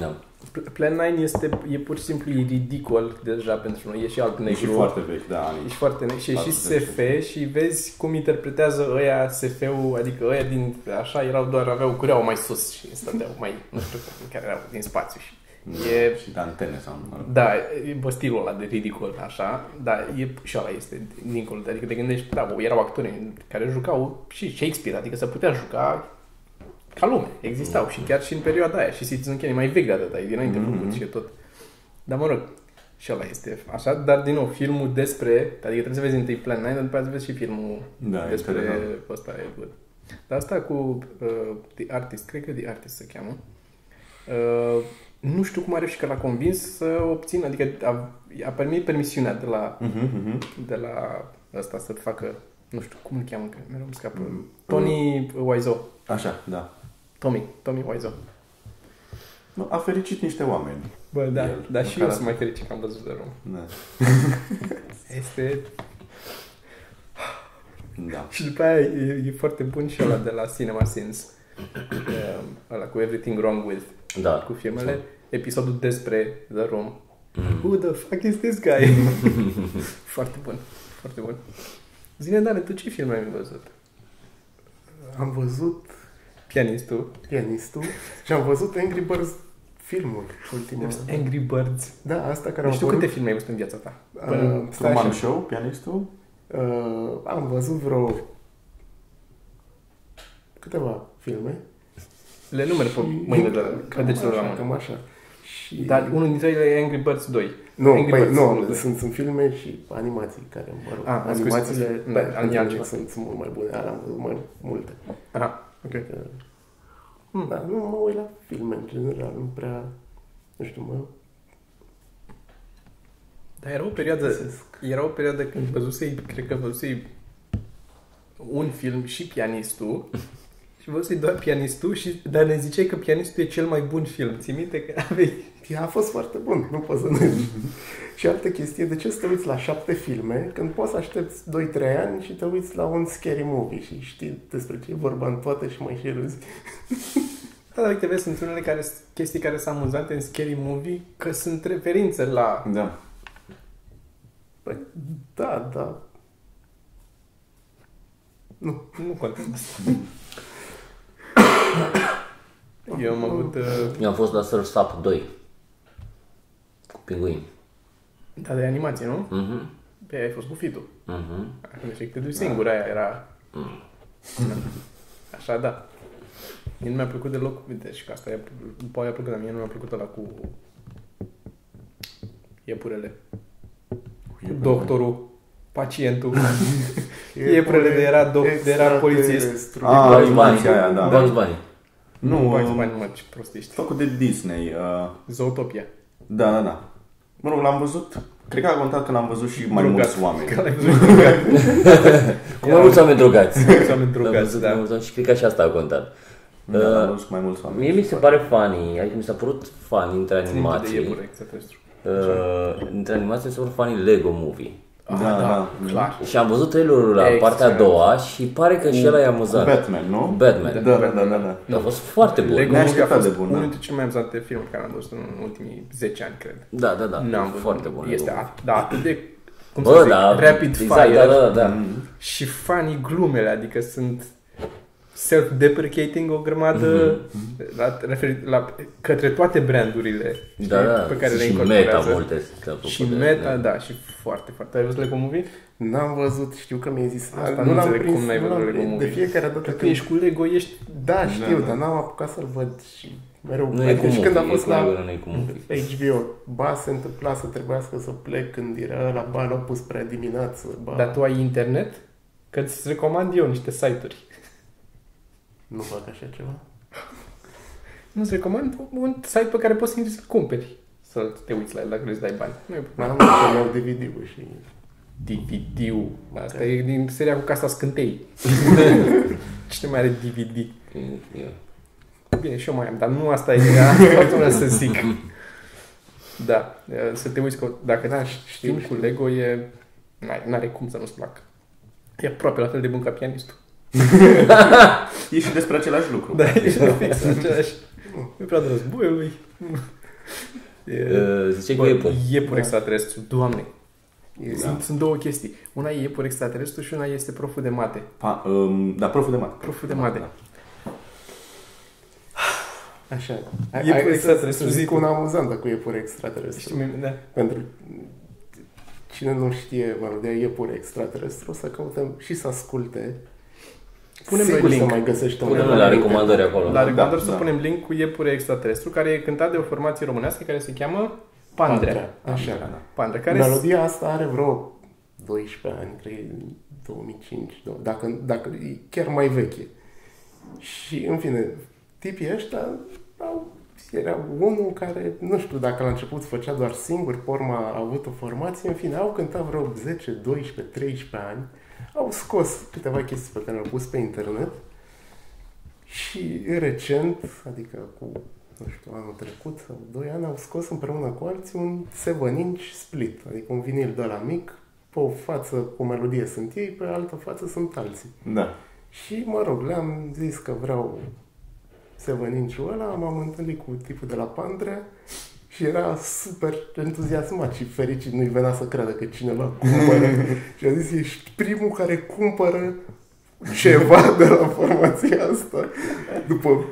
[SPEAKER 2] Da.
[SPEAKER 1] Pl- Plan 9 este, e pur și simplu e ridicol deja pentru noi. E și alb
[SPEAKER 3] E și
[SPEAKER 1] negru.
[SPEAKER 3] foarte vechi, da, anii.
[SPEAKER 1] Ești foarte ne- și e și
[SPEAKER 3] 40.
[SPEAKER 1] SF și vezi cum interpretează ăia SF-ul, adică ăia din așa erau doar, aveau cureaua mai sus și stăteau mai, nu știu, care erau din spațiu și e,
[SPEAKER 3] Și de antene sau mă rog.
[SPEAKER 1] da, e bă, stilul ăla de ridicol, așa, dar e, și ăla este dincolo, de- adică te gândești, da, bă, erau actori care jucau și Shakespeare, adică se putea juca ca lume, existau și chiar și în perioada aia și Citizen Kane e mai vechi de atât, e dinainte mm-hmm. făcut și tot. Dar mă rog, și ăla este așa, dar din nou, filmul despre, adică trebuie să vezi întâi Plan 9, dar după aceea să vezi și filmul
[SPEAKER 3] Da, e
[SPEAKER 1] despre
[SPEAKER 3] interesant.
[SPEAKER 1] ăsta, e bun. Dar asta cu uh, The Artist, cred că The Artist se cheamă, uh, nu știu cum a reușit că l-a convins să obțină, adică a, a permis permisiunea de la,
[SPEAKER 3] Mhm, mhm.
[SPEAKER 1] de la ăsta să facă, nu știu cum îl cheamă, că mereu îmi scapă,
[SPEAKER 3] Mm.
[SPEAKER 1] Tony Wiseau.
[SPEAKER 3] Așa, da.
[SPEAKER 1] Tommy, Tommy Wiseau.
[SPEAKER 3] Nu, A fericit niște oameni.
[SPEAKER 1] Bă, da,
[SPEAKER 3] El,
[SPEAKER 1] dar și eu
[SPEAKER 3] măcar
[SPEAKER 1] sunt mai fericit că am văzut de rom.
[SPEAKER 3] Da.
[SPEAKER 1] Este...
[SPEAKER 3] da.
[SPEAKER 1] Și după aia e, e foarte bun și ăla de la Cinema Sins. Um, ăla cu Everything Wrong With,
[SPEAKER 2] Da.
[SPEAKER 1] cu filmele. Episodul despre The Room.
[SPEAKER 2] Mm-hmm.
[SPEAKER 1] Who the fuck is this guy? foarte bun, foarte bun. Zine, Dane, tu ce filme ai văzut?
[SPEAKER 4] Am văzut
[SPEAKER 1] Pianistul,
[SPEAKER 4] pianistul și am văzut Angry Birds filmul ultimul.
[SPEAKER 1] Angry Birds.
[SPEAKER 4] Da, asta care
[SPEAKER 1] Nu
[SPEAKER 4] am
[SPEAKER 1] știu
[SPEAKER 4] apărut.
[SPEAKER 1] câte filme ai văzut în viața ta.
[SPEAKER 4] Uh, stai
[SPEAKER 3] Truman
[SPEAKER 4] așa.
[SPEAKER 3] Show, pianistul?
[SPEAKER 4] Uh, am văzut vreo câteva filme.
[SPEAKER 1] Le numeri pe mâinile de la, pe
[SPEAKER 4] cam
[SPEAKER 1] degetul de la
[SPEAKER 4] așa,
[SPEAKER 1] mână.
[SPEAKER 4] cam așa. Și...
[SPEAKER 1] Dar unul dintre ele e Angry Birds 2.
[SPEAKER 4] Nu,
[SPEAKER 1] Angry
[SPEAKER 4] păi,
[SPEAKER 1] Birds
[SPEAKER 4] nu,
[SPEAKER 1] 2.
[SPEAKER 4] sunt, sunt filme și animații care, mă rog,
[SPEAKER 1] Ah, scuze,
[SPEAKER 4] animațiile
[SPEAKER 1] scuze.
[SPEAKER 4] da,
[SPEAKER 1] Da, animații.
[SPEAKER 4] animații sunt, sunt mult mai bune, alea am văzut mai multe.
[SPEAKER 1] Aha, ok.
[SPEAKER 4] Că-
[SPEAKER 1] Hmm.
[SPEAKER 4] Dar nu mă uit la filme, în general, nu prea, nu știu, mă
[SPEAKER 1] Dar era o perioadă,
[SPEAKER 4] găsesc.
[SPEAKER 1] era o perioadă când văzusei, cred că văzusei un film și pianistul și văzusei doar pianistul și, dar ne ziceai că pianistul e cel mai bun film. Ți minte că aveai...
[SPEAKER 4] Ea a fost foarte bun, nu pot să nu Și altă chestie, de ce să te uiți la șapte filme când poți să aștepți 2-3 ani și te uiți la un scary movie și știi despre ce e vorba în toate și mai și râzi.
[SPEAKER 1] Da, dar uite, vezi, sunt unele care, chestii care sunt amuzante în Scary Movie că sunt referințe la...
[SPEAKER 3] Da.
[SPEAKER 4] Păi, da, da.
[SPEAKER 1] Nu contează asta. Eu am avut... Uh...
[SPEAKER 2] Eu am fost la Surf Sap 2. Cu pinguini.
[SPEAKER 1] Da, de animație, nu?
[SPEAKER 2] Mhm.
[SPEAKER 1] Pe ai fost bufitul.
[SPEAKER 2] Mhm.
[SPEAKER 1] Deci te duci singur, aia era... Așa, da. Mie nu mi-a plăcut deloc, uite, și că asta e, după aia a plăcut, dar mie nu mi-a plăcut ăla cu iepurele. Cu doctorul, pacientul. Iepurele de era, doc, de
[SPEAKER 4] Exact,
[SPEAKER 3] Exact.
[SPEAKER 1] era polițist.
[SPEAKER 4] Extraterestru.
[SPEAKER 3] Ah,
[SPEAKER 2] Bugs
[SPEAKER 3] animația
[SPEAKER 2] Bunny.
[SPEAKER 3] aia, da.
[SPEAKER 2] Bugs Bunny.
[SPEAKER 1] Nu,
[SPEAKER 3] Nu,
[SPEAKER 1] nu,
[SPEAKER 3] uh,
[SPEAKER 1] bani, mă, ce prostiști.
[SPEAKER 3] făcut de Disney. Uh,
[SPEAKER 1] Zootopia.
[SPEAKER 3] Da, da, da. Mă rog, l-am văzut. Cred că a contat că l-am văzut și mai
[SPEAKER 1] Drogat.
[SPEAKER 3] mulți oameni.
[SPEAKER 1] Că l-ai văzut drogat.
[SPEAKER 2] Cu mai mulți oameni drogați.
[SPEAKER 1] Mulți oameni
[SPEAKER 2] L-am
[SPEAKER 1] drogați,
[SPEAKER 2] văzut cu mai
[SPEAKER 1] da.
[SPEAKER 2] mulți oameni Și cred că și asta a contat.
[SPEAKER 3] Mi-a adus Da, mai mulți oameni.
[SPEAKER 2] Mie mi se pare funny, adică mi s-a părut funny între
[SPEAKER 1] Țin minte de
[SPEAKER 2] animații.
[SPEAKER 1] iepure extraterestru.
[SPEAKER 2] Uh, între animații mi s-a părut funny Lego Movie.
[SPEAKER 1] Ah,
[SPEAKER 3] Da, da.
[SPEAKER 4] clar.
[SPEAKER 2] Și am văzut trailerul la
[SPEAKER 1] Extra.
[SPEAKER 2] partea a doua și pare că și ăla e amuzant.
[SPEAKER 3] Batman, nu?
[SPEAKER 2] Batman.
[SPEAKER 3] Da, da, da, da. da.
[SPEAKER 2] A fost foarte bun.
[SPEAKER 1] Lego
[SPEAKER 3] Ne-a
[SPEAKER 1] Movie a
[SPEAKER 3] așteptat
[SPEAKER 1] fost
[SPEAKER 3] de bun,
[SPEAKER 1] unul
[SPEAKER 3] da.
[SPEAKER 1] dintre cele mai amuzante filmuri care am văzut în ultimii 10 ani, cred.
[SPEAKER 2] Da, da, da.
[SPEAKER 1] N-am văzut.
[SPEAKER 2] foarte bun.
[SPEAKER 1] Este
[SPEAKER 2] Lego.
[SPEAKER 1] at- da, atât de cum să
[SPEAKER 2] Bă,
[SPEAKER 1] zic,
[SPEAKER 2] da,
[SPEAKER 1] rapid
[SPEAKER 2] exact,
[SPEAKER 1] fire
[SPEAKER 2] Da, da, da.
[SPEAKER 3] Mm-hmm.
[SPEAKER 1] și funny glumele, adică sunt self-deprecating o grămadă
[SPEAKER 2] Mhm.
[SPEAKER 1] la, referi, la, către toate brandurile știi,
[SPEAKER 2] Da, da.
[SPEAKER 1] pe care le
[SPEAKER 2] și
[SPEAKER 1] incorporează.
[SPEAKER 2] meta multe. sunt apropo
[SPEAKER 1] și
[SPEAKER 2] de-
[SPEAKER 1] meta, da, și foarte, foarte. Ai văzut Lego Movie?
[SPEAKER 4] N-am văzut, știu că mi-ai zis asta.
[SPEAKER 1] nu
[SPEAKER 4] Nu l-am
[SPEAKER 1] înțeleg
[SPEAKER 4] prins,
[SPEAKER 1] cum n-ai
[SPEAKER 4] nu l-am
[SPEAKER 1] văzut Lego
[SPEAKER 4] prins. De
[SPEAKER 1] Movie.
[SPEAKER 4] fiecare
[SPEAKER 1] Că
[SPEAKER 4] dată când...
[SPEAKER 1] ești cu Lego, ești...
[SPEAKER 4] Da, știu, dar n-am apucat să-l văd și mereu...
[SPEAKER 2] Nu e cu
[SPEAKER 4] adică și când am
[SPEAKER 2] movie, e
[SPEAKER 4] fost
[SPEAKER 2] cu
[SPEAKER 4] la
[SPEAKER 2] Lego, nu e cu movie.
[SPEAKER 4] HBO, ba se întâmpla să trebuiască să plec când era la ba l-au pus prea dimineață, ba...
[SPEAKER 2] Da.
[SPEAKER 1] Dar tu ai internet? Că îți recomand eu niște site-uri.
[SPEAKER 4] Nu fac așa ceva.
[SPEAKER 1] Nu-ți recomand un site pe care poți să intri să-l cumperi. Să te uiți la el dacă vrei să dai bani. Nu e
[SPEAKER 4] Mai am să iau DVD-ul și...
[SPEAKER 1] DVD-ul. Asta e din seria cu Casa Scântei. Cine mai are DVD?
[SPEAKER 2] E- e-
[SPEAKER 1] Bine, și eu mai am, dar nu asta e era foarte mult să zic. Da, e, să te uiți că dacă da, știu cu Lego e... n-ai- N-are cum să nu-ți placă. E aproape la fel de bun ca pianistul.
[SPEAKER 3] E și despre același lucru.
[SPEAKER 1] Da, e fix același. E prea de războiului. E,
[SPEAKER 2] e, Zice că e bun.
[SPEAKER 1] iepuri extraterestru, doamne.
[SPEAKER 4] E,
[SPEAKER 1] Da. Sunt, sunt două chestii. Una e iepuri extraterestru și una este proful de mate.
[SPEAKER 3] Pa, um, da, proful de mate.
[SPEAKER 1] Proful de mate.
[SPEAKER 3] Da.
[SPEAKER 4] Așa.
[SPEAKER 1] E
[SPEAKER 4] hai
[SPEAKER 1] pur
[SPEAKER 4] să-
[SPEAKER 1] extraterestru,
[SPEAKER 4] să
[SPEAKER 1] zic.
[SPEAKER 4] zic un amuzant dacă e pur extraterestru.
[SPEAKER 1] Știi, da.
[SPEAKER 4] Pentru cine nu știe, mă rog, de iepure extraterestru, să căutăm și să asculte.
[SPEAKER 1] Punem
[SPEAKER 4] Sigur
[SPEAKER 1] noi link.
[SPEAKER 4] să mai găsești
[SPEAKER 2] Punem
[SPEAKER 4] undeva
[SPEAKER 2] la
[SPEAKER 4] link.
[SPEAKER 2] recomandări acolo.
[SPEAKER 1] La recomandări
[SPEAKER 3] da,
[SPEAKER 1] să
[SPEAKER 3] da.
[SPEAKER 1] punem link cu iepure extraterestru, care e cântat de o formație românească care se cheamă Pandrea.
[SPEAKER 4] Pandrea, Așa.
[SPEAKER 3] Da, da.
[SPEAKER 1] Pandrea, care
[SPEAKER 4] Care Melodia asta are vreo 12 ani, cred, 2005, două- dacă, dacă e chiar mai veche. Și, în fine, tipii ăștia au, era unul care, nu știu dacă la început făcea doar singur, pe urmă a avut o formație, în fine, au cântat vreo 10, 12, 13 ani, au scos câteva chestii pe care le-au pus pe internet și recent, adică cu, nu știu, anul trecut sau doi ani, au scos împreună cu alții un 7 inch split, adică un vinil de la mic, pe o față cu melodie sunt ei, pe altă față sunt alții.
[SPEAKER 3] Da.
[SPEAKER 4] Și, mă rog, le-am zis că vreau 7 inch ăla, m-am întâlnit cu tipul de la Pandrea și era super entuziasmat și fericit, nu-i venea să creadă că cineva cumpără. și a zis, ești primul care cumpără ceva de la formația asta după